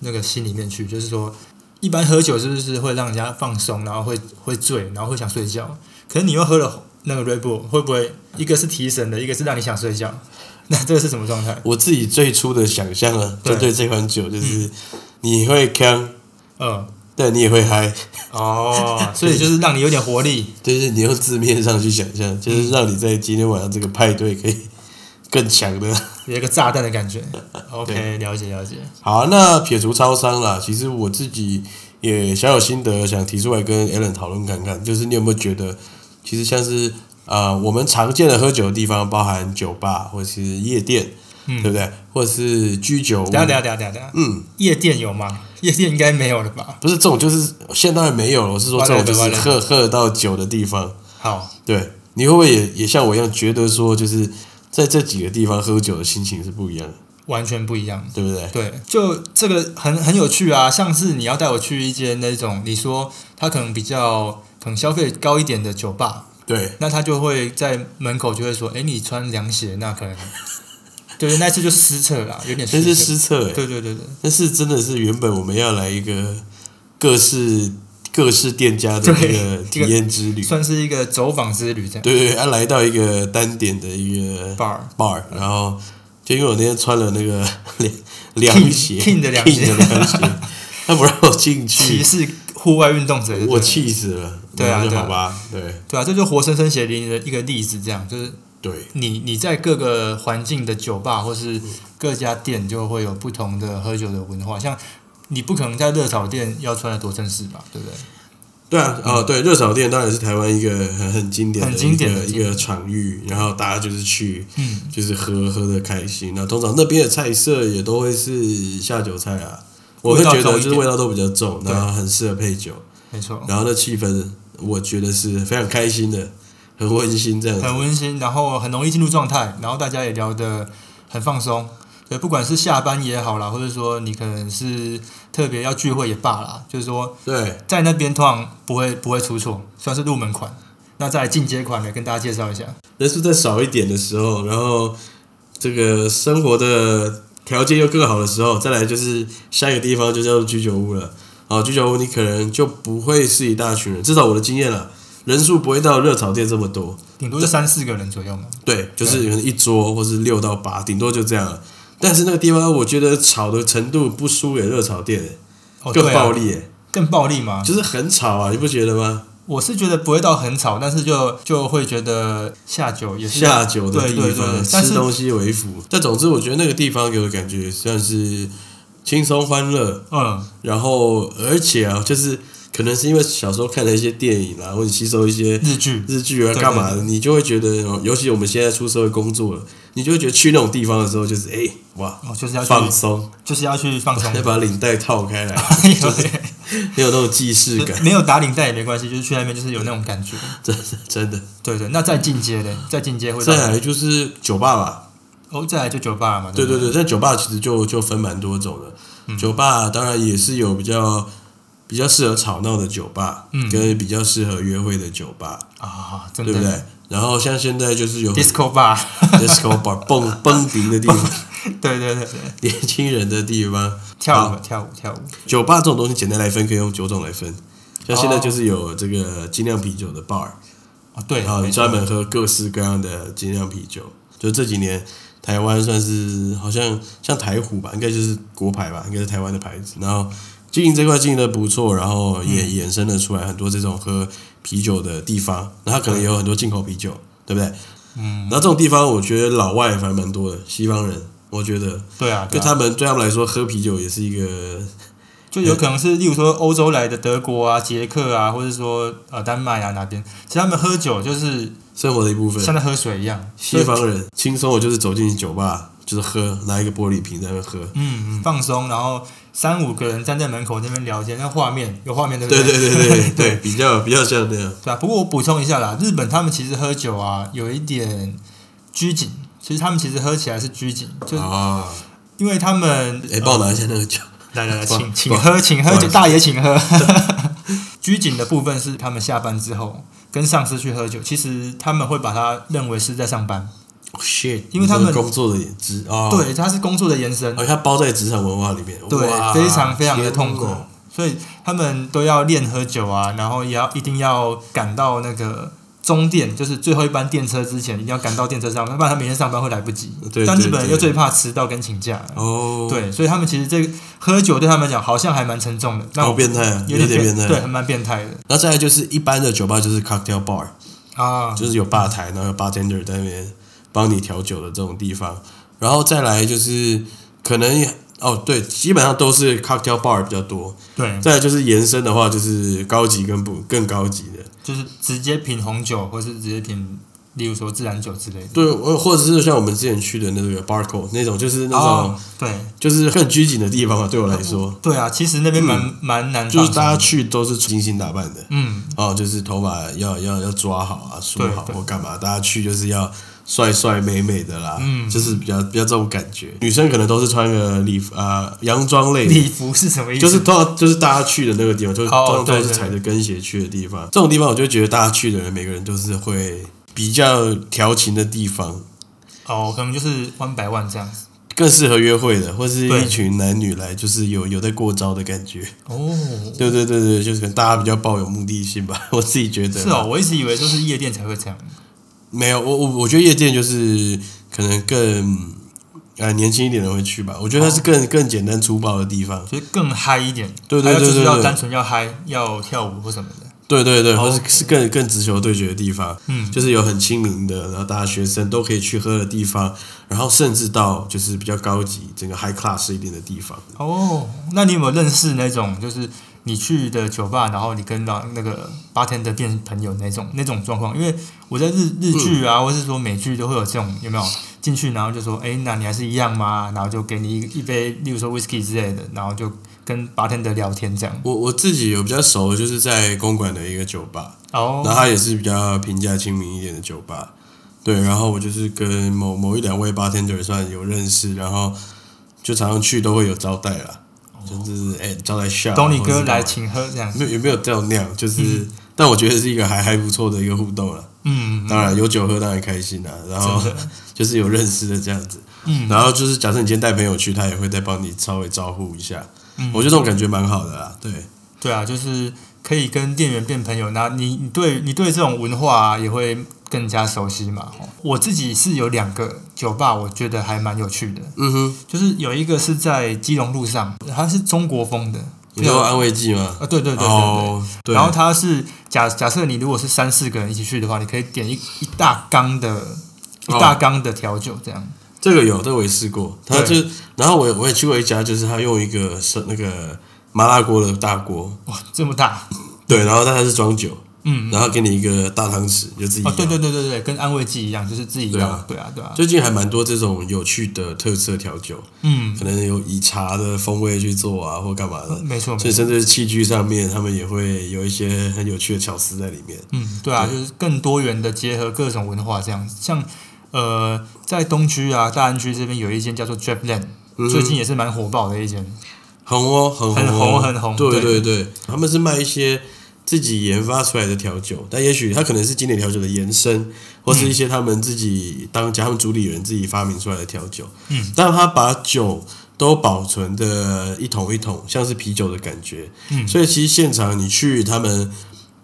Speaker 2: 那个心里面去，就是说，一般喝酒是不是会让人家放松，然后会会醉，然后会想睡觉？可是你又喝了那个 Red Bull，会不会一个是提神的，一个是让你想睡觉？那这个是什么状态？
Speaker 1: 我自己最初的想象啊，
Speaker 2: 对
Speaker 1: 就对这款酒就是你会康，
Speaker 2: 嗯，
Speaker 1: 但你也会嗨，
Speaker 2: 哦，所以就是让你有点活力。
Speaker 1: 就是你用字面上去想象，就是让你在今天晚上这个派对可以更强的
Speaker 2: 有一个炸弹的感 觉。OK，了解了解。
Speaker 1: 好啊、那撇除超商啦，其实我自己也小有心得，想提出来跟 Alan 讨论看看，就是你有没有觉得，其实像是呃我们常见的喝酒的地方，包含酒吧或是夜店，
Speaker 2: 嗯
Speaker 1: 对不对？或者是居酒屋
Speaker 2: 等一，下等一下等一下等一下，
Speaker 1: 嗯，
Speaker 2: 夜店有吗？夜店应该没有了吧？
Speaker 1: 不是这种，就是现在当然没有了，我是说这种就是
Speaker 2: 完了完
Speaker 1: 喝喝得到酒的地方，
Speaker 2: 好，
Speaker 1: 对，你会不会也也像我一样觉得说，就是在这几个地方喝酒的心情是不一样的，
Speaker 2: 完全不一样。
Speaker 1: 对不对？
Speaker 2: 对，就这个很很有趣啊！上次你要带我去一间那种你说它可能比较可能消费高一点的酒吧，
Speaker 1: 对，
Speaker 2: 那他就会在门口就会说：“哎，你穿凉鞋，那 可能……”对，那次就失策了，有点
Speaker 1: 真是失
Speaker 2: 失策。
Speaker 1: 策哎、
Speaker 2: 对对对对，
Speaker 1: 但是真的是原本我们要来一个各式各式店家的
Speaker 2: 对
Speaker 1: 一 个体验之旅，
Speaker 2: 算是一个走访之旅这样。
Speaker 1: 对对，啊，来到一个单点的一个
Speaker 2: bar
Speaker 1: bar，然后就因为我那天穿了 那个凉凉鞋
Speaker 2: King- King 的凉鞋
Speaker 1: King 的凉鞋，他不让我进
Speaker 2: 歧
Speaker 1: 去，
Speaker 2: 视户外运动者，
Speaker 1: 我气死了。
Speaker 2: 对啊
Speaker 1: 然后就
Speaker 2: 对啊
Speaker 1: 好吧，对
Speaker 2: 对啊，这就活生生血淋淋的一个例子，这样就是
Speaker 1: 对，
Speaker 2: 你你在各个环境的酒
Speaker 1: 嗯
Speaker 2: 吧或是各家店就会有不同的喝酒的文化，像你不可能在热炒店要穿的多正式吧，对不对？
Speaker 1: 对啊，哦，对，热炒店当然是台湾一个很很经典的
Speaker 2: 嗯很经典的
Speaker 1: 一
Speaker 2: 经
Speaker 1: 个一
Speaker 2: 典
Speaker 1: 个场域，然后大家就是去，
Speaker 2: 嗯，
Speaker 1: 就是喝喝的开心。那通常那边的菜色也都会是下酒菜啊，我会
Speaker 2: 味道
Speaker 1: 觉
Speaker 2: 重
Speaker 1: 得
Speaker 2: 一
Speaker 1: 就是
Speaker 2: 点
Speaker 1: 味道都比较重，
Speaker 2: 对
Speaker 1: 然后很适合配酒，
Speaker 2: 没错，
Speaker 1: 然后那气氛我觉得是非常开心的，很温馨这样子。
Speaker 2: 很温馨，然后很容易进入状态，然后大家也聊得很放松。对，不管是下班也好啦，或者说你可能是特别要聚会也罢啦，就是说
Speaker 1: 对，
Speaker 2: 在那边通常不会不会出错，算是入门款。那再来进阶款来跟大家介绍一下。
Speaker 1: 人数再少一点的时候，然后这个生活的条件又更好的时候，再来就是下一个地方就叫做居酒屋了。哦，居酒屋你可能就不会是一大群人，至少我的经验啦，人数不会到热炒店这么多。
Speaker 2: 顶多就三四个人左右嘛。
Speaker 1: 对，就是可能一桌或是六到八，顶多就这样了。但是那个地方，我觉得吵的程度不输给热炒店、
Speaker 2: 哦，
Speaker 1: 更
Speaker 2: 对
Speaker 1: 暴
Speaker 2: 啊，
Speaker 1: 力、欸，
Speaker 2: 更暴力嘛。
Speaker 1: 就是很吵啊，你不觉得吗？
Speaker 2: 我是觉得不会到很吵，但是就就会觉得下酒也是
Speaker 1: 下酒的
Speaker 2: 对
Speaker 1: 地
Speaker 2: 对对
Speaker 1: 方，
Speaker 2: 对，但
Speaker 1: 吃
Speaker 2: 是
Speaker 1: 东西为辅。但总之，我觉得那个地方给我的感觉算是轻松欢乐，
Speaker 2: 嗯，
Speaker 1: 然后而且啊，就是可能是因为小时候看了一些电影啦，或者吸收一些
Speaker 2: 日剧
Speaker 1: 日剧啊
Speaker 2: 对
Speaker 1: 干嘛的，你就会觉得，哦尤其我们现在出社会工作了，你就会觉得去那种地方的时候，就是哎、哇，
Speaker 2: 哦就是要去
Speaker 1: 放松，
Speaker 2: 就是要去放松
Speaker 1: 再，把领带套开来，
Speaker 2: 对
Speaker 1: 很有那种既视感，
Speaker 2: 没有打领带也没关系，就是去那边就是有那种感觉。
Speaker 1: 真的真 的。
Speaker 2: 对对，那再进阶嘞，再进阶会到
Speaker 1: 再来就是酒吧吧，
Speaker 2: 哦，再来就酒吧了嘛。
Speaker 1: 对
Speaker 2: 不
Speaker 1: 对对，但酒吧其实就就分蛮多种的，
Speaker 2: 嗯
Speaker 1: 酒吧当然也是有比较比较适合吵闹的酒吧，
Speaker 2: 嗯
Speaker 1: 跟比较适合约会的酒吧，
Speaker 2: 啊，真
Speaker 1: 对不
Speaker 2: 的
Speaker 1: 对？然后像现在就是有
Speaker 2: disco bar，
Speaker 1: disco bar 蹦蹦迪的地方，
Speaker 2: 对对对对，
Speaker 1: 年轻人的地方，
Speaker 2: 跳舞
Speaker 1: 好
Speaker 2: 跳舞跳舞，
Speaker 1: 酒吧这种东西简单来分，可以用九种来分。像现在
Speaker 2: 哦
Speaker 1: 就是有这个精酿啤酒的 bar，
Speaker 2: 哦对，
Speaker 1: 然后
Speaker 2: 没错
Speaker 1: 专门喝各式各样的精酿啤酒。就这几年，台湾算是好像像台虎吧，应该就是国牌吧，应该是台湾的牌子。然后经营这块经营的不错，然后也
Speaker 2: 嗯
Speaker 1: 衍生了出来很多这种喝啤酒的地方。那它可能也有很多进口啤酒，对不对？
Speaker 2: 嗯，
Speaker 1: 然后这种地方，我觉得老外反正蛮多的，西方人，我觉得
Speaker 2: 对啊，
Speaker 1: 对
Speaker 2: 对啊
Speaker 1: 他们对他们来说，喝啤酒也是一个
Speaker 2: 就有可能是例如说欧洲来的德国啊、捷克啊，或者说呃丹麦啊哪边，其实他们喝酒就是
Speaker 1: 生活的一部分。
Speaker 2: 像在喝水一样，
Speaker 1: 西
Speaker 2: 就
Speaker 1: 方人轻松，我就是走进酒吧，就是喝，拿一个玻璃瓶在那边喝，
Speaker 2: 嗯嗯放松，然后三五个人站在门口那边聊天，那画面有画面对不
Speaker 1: 对
Speaker 2: 对
Speaker 1: 对对对对，比较比较像那样。
Speaker 2: 对啊，不过我补充一下啦，日本他们其实喝酒啊有一点拘谨，其实他们其实喝起来是拘谨，就是
Speaker 1: 啊，
Speaker 2: 因为他们
Speaker 1: 哎，帮我拿一下那个酒。
Speaker 2: 哦来来来，
Speaker 1: 不好
Speaker 2: 请
Speaker 1: 不
Speaker 2: 请
Speaker 1: 好
Speaker 2: 喝，请
Speaker 1: 不
Speaker 2: 喝
Speaker 1: 好意，思
Speaker 2: 大爷请喝。 拘谨的部分是他们下班之后跟上司去喝酒，其实他们会把它认为是在上班，
Speaker 1: Oh, shit，
Speaker 2: 因为他们
Speaker 1: 你说工作的也职啊，，
Speaker 2: 对，它是工作的延伸，
Speaker 1: 而它包在职场文化里面，哇
Speaker 2: 对，非常非常的痛苦
Speaker 1: 天哪，
Speaker 2: 所以他们都要练喝酒啊，然后也要一定要赶到那个。终点就是最后一班电车之前，一定要赶到电车上，不然他明天上班会来不及。
Speaker 1: 对
Speaker 2: 但
Speaker 1: 对
Speaker 2: 日本人
Speaker 1: 对
Speaker 2: 又最怕迟到跟请假了，
Speaker 1: 哦，，
Speaker 2: 对，所以他们其实这个喝酒对他们来讲好像还蛮沉重的，那
Speaker 1: 好变态啊，
Speaker 2: 有
Speaker 1: 点
Speaker 2: 点
Speaker 1: 变态。
Speaker 2: 对，还蛮变态的
Speaker 1: 然后再来就是一般的酒吧，就是 cocktail bar，
Speaker 2: 啊。
Speaker 1: 就是有吧台，然后有 bartender 在那边帮你调酒的这种地方。然后再来就是可能哦，对，基本上都是 cocktail bar 比较多。
Speaker 2: 对，
Speaker 1: 再来就是延伸的话，就是高级跟不更高级的，
Speaker 2: 就是直接品红酒，或是直接品，例如说自然酒之类的。
Speaker 1: 对，我或者是像我们之前去的那个 Barco 那种，就是那种、
Speaker 2: 哦，对
Speaker 1: 就是很拘谨的地方啊，对我来说，
Speaker 2: 对啊，其实那边蛮、蛮难
Speaker 1: 嗯就
Speaker 2: 放
Speaker 1: 是
Speaker 2: 松的，
Speaker 1: 大家去都是精心打扮的，
Speaker 2: 嗯，
Speaker 1: 哦，就是头发要要要抓好啊，梳好
Speaker 2: 对对
Speaker 1: 或干嘛，大家去就是要帅帅美美的啦，嗯，就是比较比较这种感觉。女生可能都是穿个礼服啊、洋装类的，
Speaker 2: 礼服是什么意思？
Speaker 1: 就是通常就是大家去的那个地方，就是
Speaker 2: 哦
Speaker 1: 通常都
Speaker 2: 对
Speaker 1: 是
Speaker 2: 对
Speaker 1: 踩着跟鞋去的地方。这种地方，我就觉得大家去的人，每个人都是会比较调情的地方。
Speaker 2: 哦，可能就是 one by one 这样子。
Speaker 1: 更适合约会的，或是
Speaker 2: 对
Speaker 1: 一群男女来，就是有有在过招的感觉。
Speaker 2: 哦，
Speaker 1: 对对对对，就是可能大家比较抱有目的性吧， 我自己觉得。
Speaker 2: 是哦，，我一直以为就是夜店才会这样。
Speaker 1: 没有我我我觉得夜店就是可能更呃年轻一点的人会去吧，我觉得它是
Speaker 2: 哦
Speaker 1: 更更简单粗暴的地方。
Speaker 2: 就是更嗨一点，
Speaker 1: 对对
Speaker 2: 还有
Speaker 1: 对
Speaker 2: 就是
Speaker 1: 对
Speaker 2: 要
Speaker 1: 对
Speaker 2: 单纯要嗨，要跳舞或什么的。
Speaker 1: 对对对，
Speaker 2: 哦
Speaker 1: 或是是更更直球对决的地方，
Speaker 2: 嗯
Speaker 1: 就是有很亲民的，然后大家学生都可以去喝的地方，然后甚至到就是比较高级、整个 high class 一点的地方。
Speaker 2: 哦，那你有没有认识那种就是你去的酒吧，然后你跟到那个 bartender 变朋友那种那种状况？因为我在日日剧啊，或是说美剧都会有这种，有没有？进去然后就说，哎，那你还是一样吗？然后就给你一一杯，例如说 whisky 之类的，然后就跟 bartender 聊天这样。
Speaker 1: 我我自己有比较熟的，就是在公馆的一个酒吧，然后
Speaker 2: 哦，
Speaker 1: 它也是比较平价亲民一点的酒吧，对。然后我就是跟某某一两位 bartender 算有认识，然后就常常去都会有招待啦，就是哎、招待下
Speaker 2: 哦东尼哥来
Speaker 1: 请，
Speaker 2: 请喝这样
Speaker 1: 没
Speaker 2: 子。
Speaker 1: 有也没有到那样，就是、但我觉得是一个还还不错的一个互动啦。
Speaker 2: 嗯，
Speaker 1: 当然有酒喝当然开心啦，然后
Speaker 2: 真
Speaker 1: 就是有认识的这样子，
Speaker 2: 嗯
Speaker 1: 然后就是假设你今天带朋友去，他也会再帮你稍微招呼一下，
Speaker 2: 嗯
Speaker 1: 我觉得这种感觉蛮好的啦，对。
Speaker 2: 对啊，就是可以跟店员变朋友。那你你对你对这种文化、啊、也会更加熟悉嘛？吼我自己是有两个酒吧，我觉得还蛮有趣的，
Speaker 1: 嗯哼，
Speaker 2: 就是有一个是在基隆路上，它是中国风的，
Speaker 1: 你说安慰剂吗？
Speaker 2: 啊，对对对对对。
Speaker 1: 哦，啊对
Speaker 2: 然后它是假假设你如果是三四个人一起去的话，你可以点一一大缸的，一
Speaker 1: 哦
Speaker 2: 大缸的调酒这样。
Speaker 1: 这个有，这个我也试过。他就
Speaker 2: 对，
Speaker 1: 然后我也我也去过一家，就是他用一个是那个麻辣锅的大锅，
Speaker 2: 哇，这么大，
Speaker 1: 对，然后但它是装酒，
Speaker 2: 嗯，
Speaker 1: 然后给你一个大汤匙，你就自己咬。
Speaker 2: 哦，对对对对对，跟安慰剂一样，就是自己
Speaker 1: 对
Speaker 2: 要，
Speaker 1: 啊
Speaker 2: 对啊对啊，
Speaker 1: 最近还蛮多这种有趣的特色调酒，
Speaker 2: 嗯，
Speaker 1: 可能有以茶的风味去做啊，或干嘛的。
Speaker 2: 没错没
Speaker 1: 所以
Speaker 2: 错，
Speaker 1: 甚至器具上面，他们也会有一些很有趣的巧思在里面。
Speaker 2: 嗯，对啊，
Speaker 1: 对
Speaker 2: 就是更多元的结合各种文化这样子，像呃，在东区啊大安区这边有一间叫做 j a p l a n
Speaker 1: 嗯
Speaker 2: 最近也是蛮火爆的一间，
Speaker 1: 红哦，很
Speaker 2: 很
Speaker 1: 红哦，
Speaker 2: 红很红
Speaker 1: 对对
Speaker 2: 对
Speaker 1: 对，他们是卖一些自己研发出来的调酒，但也许它可能是经典调酒的延伸，或是一些他们自己当家他们主理人自己发明出来的调酒。
Speaker 2: 嗯，
Speaker 1: 但他把酒都保存的一桶一桶，像是啤酒的感觉。
Speaker 2: 嗯
Speaker 1: 所以其实现场你去他们。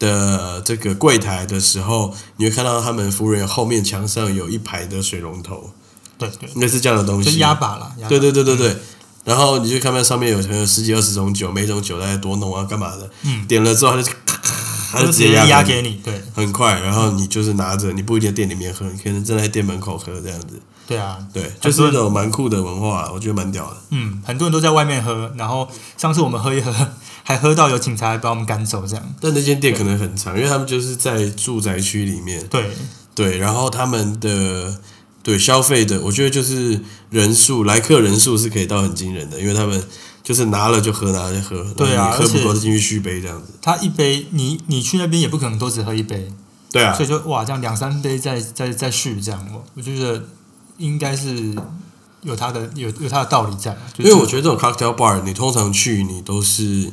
Speaker 1: 的这个柜台的时候，你会看到他们服务员后面墙上有一排的水龙头，
Speaker 2: 对对，
Speaker 1: 应该是这样的东
Speaker 2: 就
Speaker 1: 西。
Speaker 2: 压把啦，压把
Speaker 1: 嗯对对对对对。然后你就看到上面有可能有十几二十种酒，每种酒大概多浓啊，干嘛的？
Speaker 2: 嗯
Speaker 1: 点了之后它就咔咔咔，它
Speaker 2: 就
Speaker 1: 就
Speaker 2: 直
Speaker 1: 直接
Speaker 2: 接
Speaker 1: 压
Speaker 2: 压
Speaker 1: 给你
Speaker 2: 给你，对
Speaker 1: 很快。然后你就是拿着，你不一定在店里面喝，你可能正在店门口喝这样子。
Speaker 2: 对啊，
Speaker 1: 对，就是那种蛮酷的文化，我觉得蛮屌的。
Speaker 2: 嗯，很多人都在外面喝，然后上次我们喝一喝， 还喝到有警察来把我们赶走，这样。
Speaker 1: 但那间店可能很长，因为他们就是在住宅区里面。
Speaker 2: 对，
Speaker 1: 对，然后他们的对消费的，我觉得就是人数来客人数是可以到很惊人的，因为他们就是拿了就喝，拿了就喝，
Speaker 2: 对啊
Speaker 1: 然后你
Speaker 2: 而
Speaker 1: 喝不
Speaker 2: 且
Speaker 1: 够就进去续杯这样子。
Speaker 2: 他一杯，你你去那边也不可能都只喝一杯，
Speaker 1: 对啊
Speaker 2: 所，以就哇，这样两三杯再再再续这样，我我就觉得应该是有他的有有他的道理在，
Speaker 1: 因为我觉得这种 cocktail bar，你通常去你都是，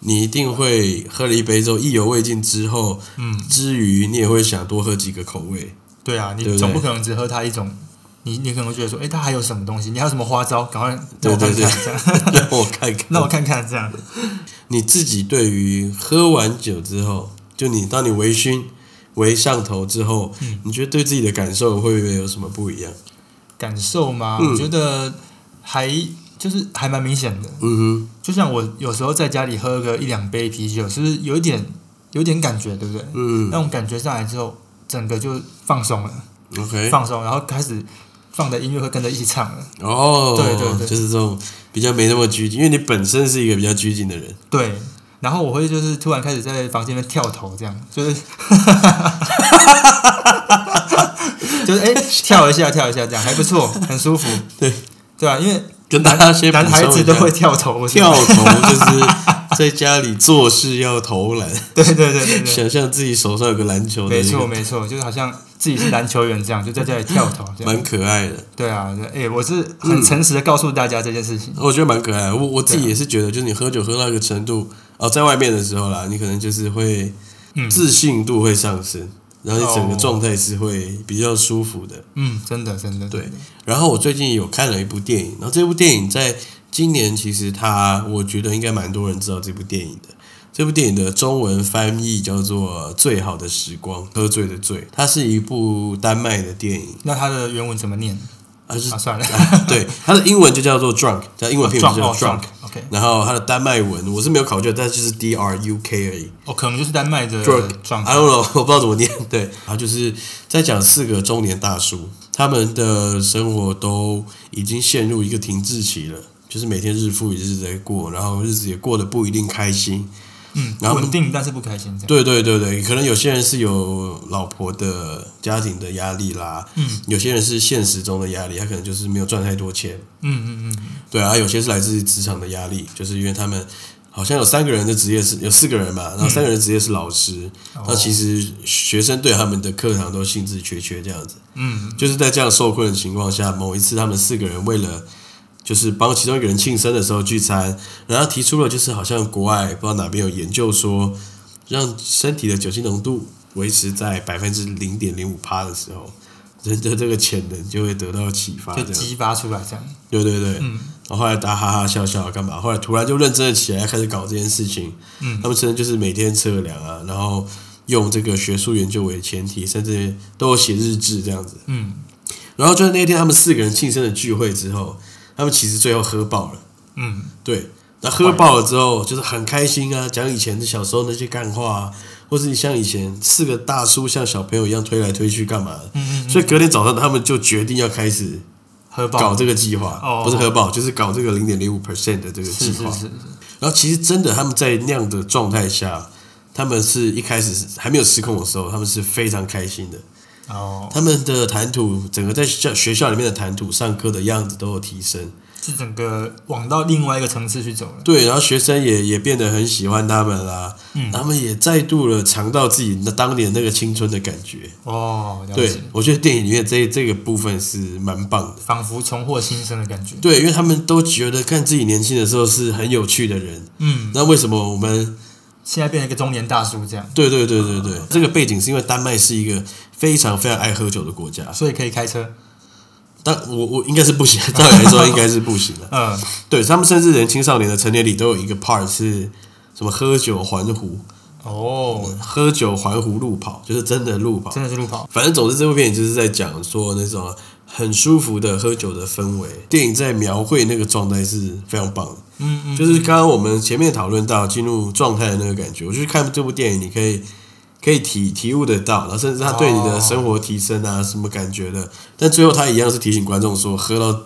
Speaker 1: 你一定会喝了一杯之后意犹未尽之后，
Speaker 2: 得嗯，
Speaker 1: 之余你也会想多喝几个口味。
Speaker 2: 对啊，
Speaker 1: 对
Speaker 2: 你
Speaker 1: 不
Speaker 2: 总不
Speaker 1: 对
Speaker 2: 可能只喝他一种，你你可能会觉得说，哎，他还有什么东西？你还有什么花招？赶快让
Speaker 1: 对
Speaker 2: 我看
Speaker 1: 对对
Speaker 2: 看这样，
Speaker 1: 让我看看，
Speaker 2: 让我看看这样，
Speaker 1: 你自己对于喝完酒之后，就你当你微醺、微上头之后，
Speaker 2: 嗯
Speaker 1: 你觉得对自己的感受会不会有什么不一样？
Speaker 2: 感受吗？
Speaker 1: 嗯
Speaker 2: 我觉得还就是还蛮明显的。
Speaker 1: 嗯
Speaker 2: 就像我有时候在家里喝个一两杯啤酒，是不是有一点有一点感觉，对不对？
Speaker 1: 哼，嗯
Speaker 2: 那种感觉上来之后，整个就放松了，
Speaker 1: ，OK，
Speaker 2: 放松，然后开始放的音乐会跟着一起唱了。
Speaker 1: 哦，
Speaker 2: 对对对
Speaker 1: 就是这种比较没那么拘谨，因为你本身是一个比较拘谨的人，
Speaker 2: 对，然后我会就是突然开始在房间里面跳投，这样就是 就是哎、跳一下跳一下这样还不 错，很舒服。
Speaker 1: 对
Speaker 2: 对啊，因为
Speaker 1: 跟大家先补
Speaker 2: 男
Speaker 1: 充一下
Speaker 2: 孩子都会跳投，我觉
Speaker 1: 跳
Speaker 2: 得。
Speaker 1: 投就是在家里做事要投篮，
Speaker 2: 对对对 对对。
Speaker 1: 想象自己手上有个篮球的
Speaker 2: 没
Speaker 1: 一
Speaker 2: 错
Speaker 1: 个，
Speaker 2: 没错，就是好像自己是篮球员这样，就在这里跳投这样。
Speaker 1: 蛮可爱的。
Speaker 2: 对啊，对哎、我是很诚实的告诉大家这件事情。
Speaker 1: 我觉得蛮可爱的。我我自己
Speaker 2: 对啊
Speaker 1: 也是觉得，就是你喝酒喝到一个程度，哦，在外面的时候啦，你可能就是会
Speaker 2: 嗯
Speaker 1: 自信度会上升，然后你整个
Speaker 2: 哦
Speaker 1: 状态是会比较舒服的。
Speaker 2: 嗯，真的真的。
Speaker 1: 对，然后我最近有看了一部电影，然后这部电影在今年其实它，我觉得应该蛮多人知道这部电影的。这部电影的中文翻译叫做《最好的时光》，喝醉的醉，它是一部丹麦的电影，
Speaker 2: 那它的原文怎么念？
Speaker 1: 它是、
Speaker 2: 啊，算了，
Speaker 1: 对它的英文就叫做 drunk，它英文片名就叫
Speaker 2: 哦
Speaker 1: drunk，、
Speaker 2: OK，
Speaker 1: 然后它的丹麦文我是没有考究，但就是 D R U K 而已。
Speaker 2: 哦，可能就是丹麦的
Speaker 1: Drunk
Speaker 2: 状
Speaker 1: I
Speaker 2: 态。
Speaker 1: don't know，我不知道怎么念。对，然后就是在讲四个中年大叔，他们的生活都已经陷入一个停滞期了，就是每天日复一日在过，然后日子也过得不一定开心。
Speaker 2: 嗯，
Speaker 1: 然后
Speaker 2: 稳定但是不开心这样。
Speaker 1: 对对对对，可能有些人是有老婆的家庭的压力啦，
Speaker 2: 嗯
Speaker 1: 有些人是现实中的压力，他可能就是没有赚太多钱，
Speaker 2: 嗯嗯嗯，
Speaker 1: 对啊，有些是来自职场的压力，就是因为他们好像有三个人的职业是有四个人嘛，然后三个人的职业是老师，
Speaker 2: 哦
Speaker 1: 那其实学生对他们的课堂都兴致缺缺这样子，
Speaker 2: 嗯
Speaker 1: 就是在这样受困的情况下，某一次他们四个人为了就是帮其中一个人庆生的时候聚餐，然后提出了就是好像国外不知道哪边有研究说，让身体的酒精浓度维持在百分之零点零五趴的时候，人的这个潜能就会得到启发，这
Speaker 2: 就
Speaker 1: 样子
Speaker 2: 激发出来这样。
Speaker 1: 对对对，
Speaker 2: 嗯
Speaker 1: 然后后来大家哈哈笑笑干嘛？后来突然就认真的起来，开始搞这件事情。
Speaker 2: 嗯
Speaker 1: 他们真的就是每天测量啊，然后用这个学术研究为前提，甚至都有写日志这样子。
Speaker 2: 嗯
Speaker 1: 然后就是那天他们四个人庆生的聚会之后，他们其实最后喝爆了。
Speaker 2: 嗯，
Speaker 1: 对，那喝爆了之后就是很开心啊，讲以前的小时候那些干话、啊，或是像以前四个大叔像小朋友一样推来推去干嘛的。
Speaker 2: 嗯
Speaker 1: 所以隔天早上他们就决定要开始
Speaker 2: 喝
Speaker 1: 搞
Speaker 2: 爆。
Speaker 1: 这个计划，
Speaker 2: 哦
Speaker 1: 不是核爆，就是搞这个零点零五 percent 的这个计
Speaker 2: 是是
Speaker 1: 划。
Speaker 2: 是是，
Speaker 1: 然后其实真的他们在那样的状态下，他们是一开始是还没有失控的时候，他们是非常开心的。
Speaker 2: 哦，
Speaker 1: 他们的谈吐，整个在校学校里面的谈吐、上课的样子都有提升。
Speaker 2: 是整个往到另外一个层次去走了。
Speaker 1: 对，然后学生也也变得很喜欢他们啦，
Speaker 2: 嗯
Speaker 1: 他们也再度了尝到自己那当年那个青春的感觉。
Speaker 2: 哦，了
Speaker 1: 对
Speaker 2: 解，，
Speaker 1: 我觉得电影里面这这个部分是蛮棒的。
Speaker 2: 仿佛重获新生的感觉。
Speaker 1: 对，因为他们都觉得看自己年轻的时候是很有趣的人，
Speaker 2: 嗯，
Speaker 1: 那为什么我们
Speaker 2: 现在变成一个中年大叔这样，
Speaker 1: 对对对对
Speaker 2: 啊
Speaker 1: 对，这个背景是因为丹麦是一个非常非常爱喝酒的国家。
Speaker 2: 所以可以开车。
Speaker 1: 但我我应该是不行，照理来说应该是不行的。
Speaker 2: 嗯，
Speaker 1: 对他们，甚至连青少年的成年礼都有一个 part 是什么喝酒环湖，
Speaker 2: 哦，
Speaker 1: 喝酒环湖路跑，就是真的路跑。
Speaker 2: 真的是路跑。
Speaker 1: 反正总之，这部电影就是在讲说那种很舒服的喝酒的氛围。电影在描绘那个状态是非常棒的。
Speaker 2: 嗯嗯，
Speaker 1: 就是刚刚我们前面讨论到进入状态的那个感觉，我就是看这部电影，你可以可以体体悟得到，然后甚至它对你的生活提升啊，什么感觉的。但最后他一样是提醒观众说，喝到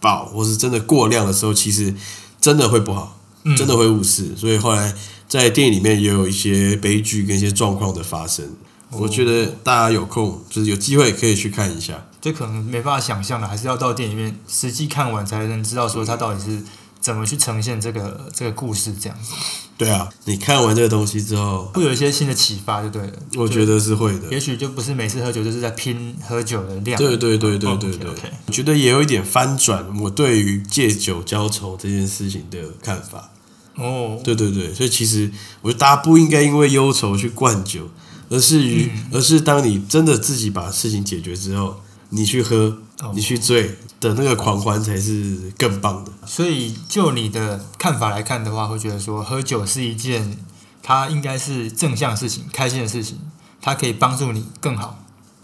Speaker 1: 饱或是真的过量的时候，其实真的会不好，
Speaker 2: 嗯
Speaker 1: 真的会误事。所以后来在电影里面也有一些悲剧跟一些状况的发生。
Speaker 2: 哦
Speaker 1: 我觉得大家有空就是有机会可以去看一下。
Speaker 2: 这可能没办法想象的，还是要到电影院实际看完才能知道说它到底是怎么去呈现这个这个故事这样子，
Speaker 1: 对啊，你看完这个东西之后，
Speaker 2: 会有一些新的启发就对了。
Speaker 1: 我觉得是会的
Speaker 2: 就。也许就不是每次喝酒就是在拼喝酒的量。
Speaker 1: 对对对对对对
Speaker 2: OK，OK
Speaker 1: 我觉得也有一点翻转我对于借酒浇愁这件事情的看法。
Speaker 2: 哦，
Speaker 1: 对对对，所以其实我觉得大家不应该因为忧愁去灌酒，而是于、而是当你真的自己把事情解决之后，你去喝
Speaker 2: 哦，
Speaker 1: 你去醉的那个狂欢才是更棒的。
Speaker 2: 所以就你的看法来看的话，会觉得说喝酒是一件它应该是正向的事情、开心的事情，它可以帮助你更好。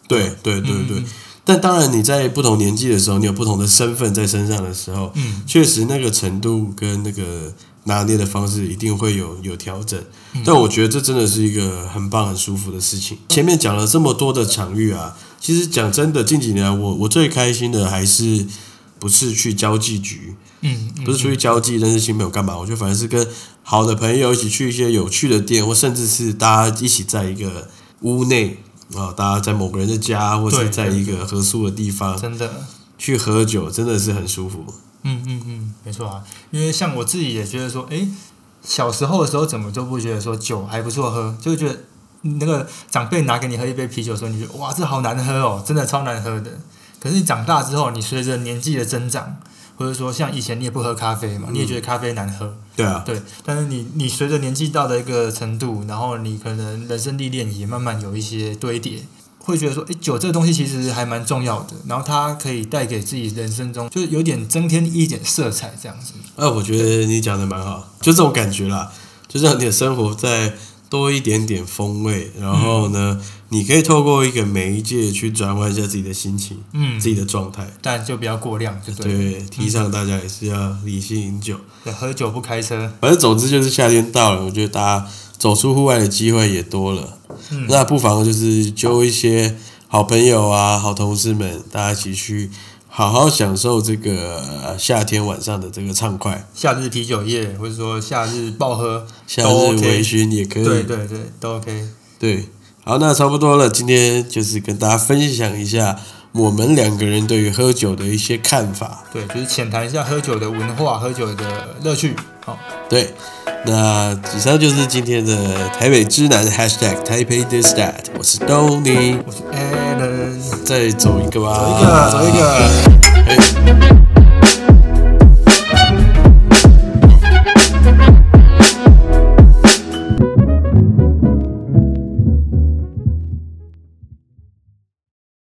Speaker 1: 对对对对。
Speaker 2: 嗯
Speaker 1: 但当然，你在不同年纪的时候，你有不同的身份在身上的时候，
Speaker 2: 嗯，
Speaker 1: 确实那个程度跟那个拿捏的方式一定会有有调整。
Speaker 2: 嗯
Speaker 1: 但我觉得这真的是一个很棒、很舒服的事情。前面讲了这么多的场域啊，其实讲真的，近几年来我我最开心的还是不是去交际局，
Speaker 2: 嗯，嗯
Speaker 1: 不是出去交际认识新朋友干嘛，我觉得反而是跟好的朋友一起去一些有趣的店，或甚至是大家一起在一个屋内啊，大家在某个人的家，或
Speaker 2: 对
Speaker 1: 是在一个合宿的地方
Speaker 2: 嗯真的，
Speaker 1: 去喝酒，真的是很舒服。
Speaker 2: 嗯嗯嗯，没错啊。因为像我自己也觉得说，诶，小时候的时候怎么就不觉得说酒还不错喝，就会觉得那个长辈拿给你喝一杯啤酒的时候，你觉得哇，这好难喝哦，真的超难喝的。可是你长大之后，你随着年纪的增长，或者说像以前你也不喝咖啡嘛，你也觉得咖啡难喝，
Speaker 1: 对啊，
Speaker 2: 对，但是你你随着年纪到的一个程度，然后你可能人生历练也慢慢有一些堆叠，会觉得说，诶，酒这个东西其实还蛮重要的，然后它可以带给自己人生中就是有点增添一点色彩这样子。
Speaker 1: 啊，我觉得你讲的蛮好，就这种感觉啦，就让你的生活再多一点点风味。然后呢，
Speaker 2: 嗯
Speaker 1: 你可以透过一个媒介去转换一下自己的心情、
Speaker 2: 嗯
Speaker 1: 自己的状态。
Speaker 2: 但就不要过量，就对了。
Speaker 1: 对，提倡大家也是要理性饮酒。
Speaker 2: 对，喝酒不开车。
Speaker 1: 反正总之就是夏天到了，我觉得大家走出户外的机会也多了，
Speaker 2: 嗯
Speaker 1: 那不妨就是揪一些好朋友啊、好同事们，大家一起去好好享受这个呃夏天晚上的这个畅快，
Speaker 2: 夏日啤酒夜，或者说夏日暴喝，
Speaker 1: 夏
Speaker 2: 都
Speaker 1: 日
Speaker 2: OK
Speaker 1: 微醺也可以。
Speaker 2: 对对对，都 OK。
Speaker 1: 对好，那差不多了，今天就是跟大家分享一下我们两个人对于喝酒的一些看法。
Speaker 2: 对，就是浅谈一下喝酒的文化，喝酒的乐趣。好、
Speaker 1: 对，那以上就是今天的台北之南 #hashtag 台北 t h i s t a t 我是 Tony。
Speaker 2: 我是 Alan，走
Speaker 1: 啊
Speaker 2: 啊
Speaker 1: 再走一个吧，
Speaker 2: 一个，走一个。
Speaker 1: 哎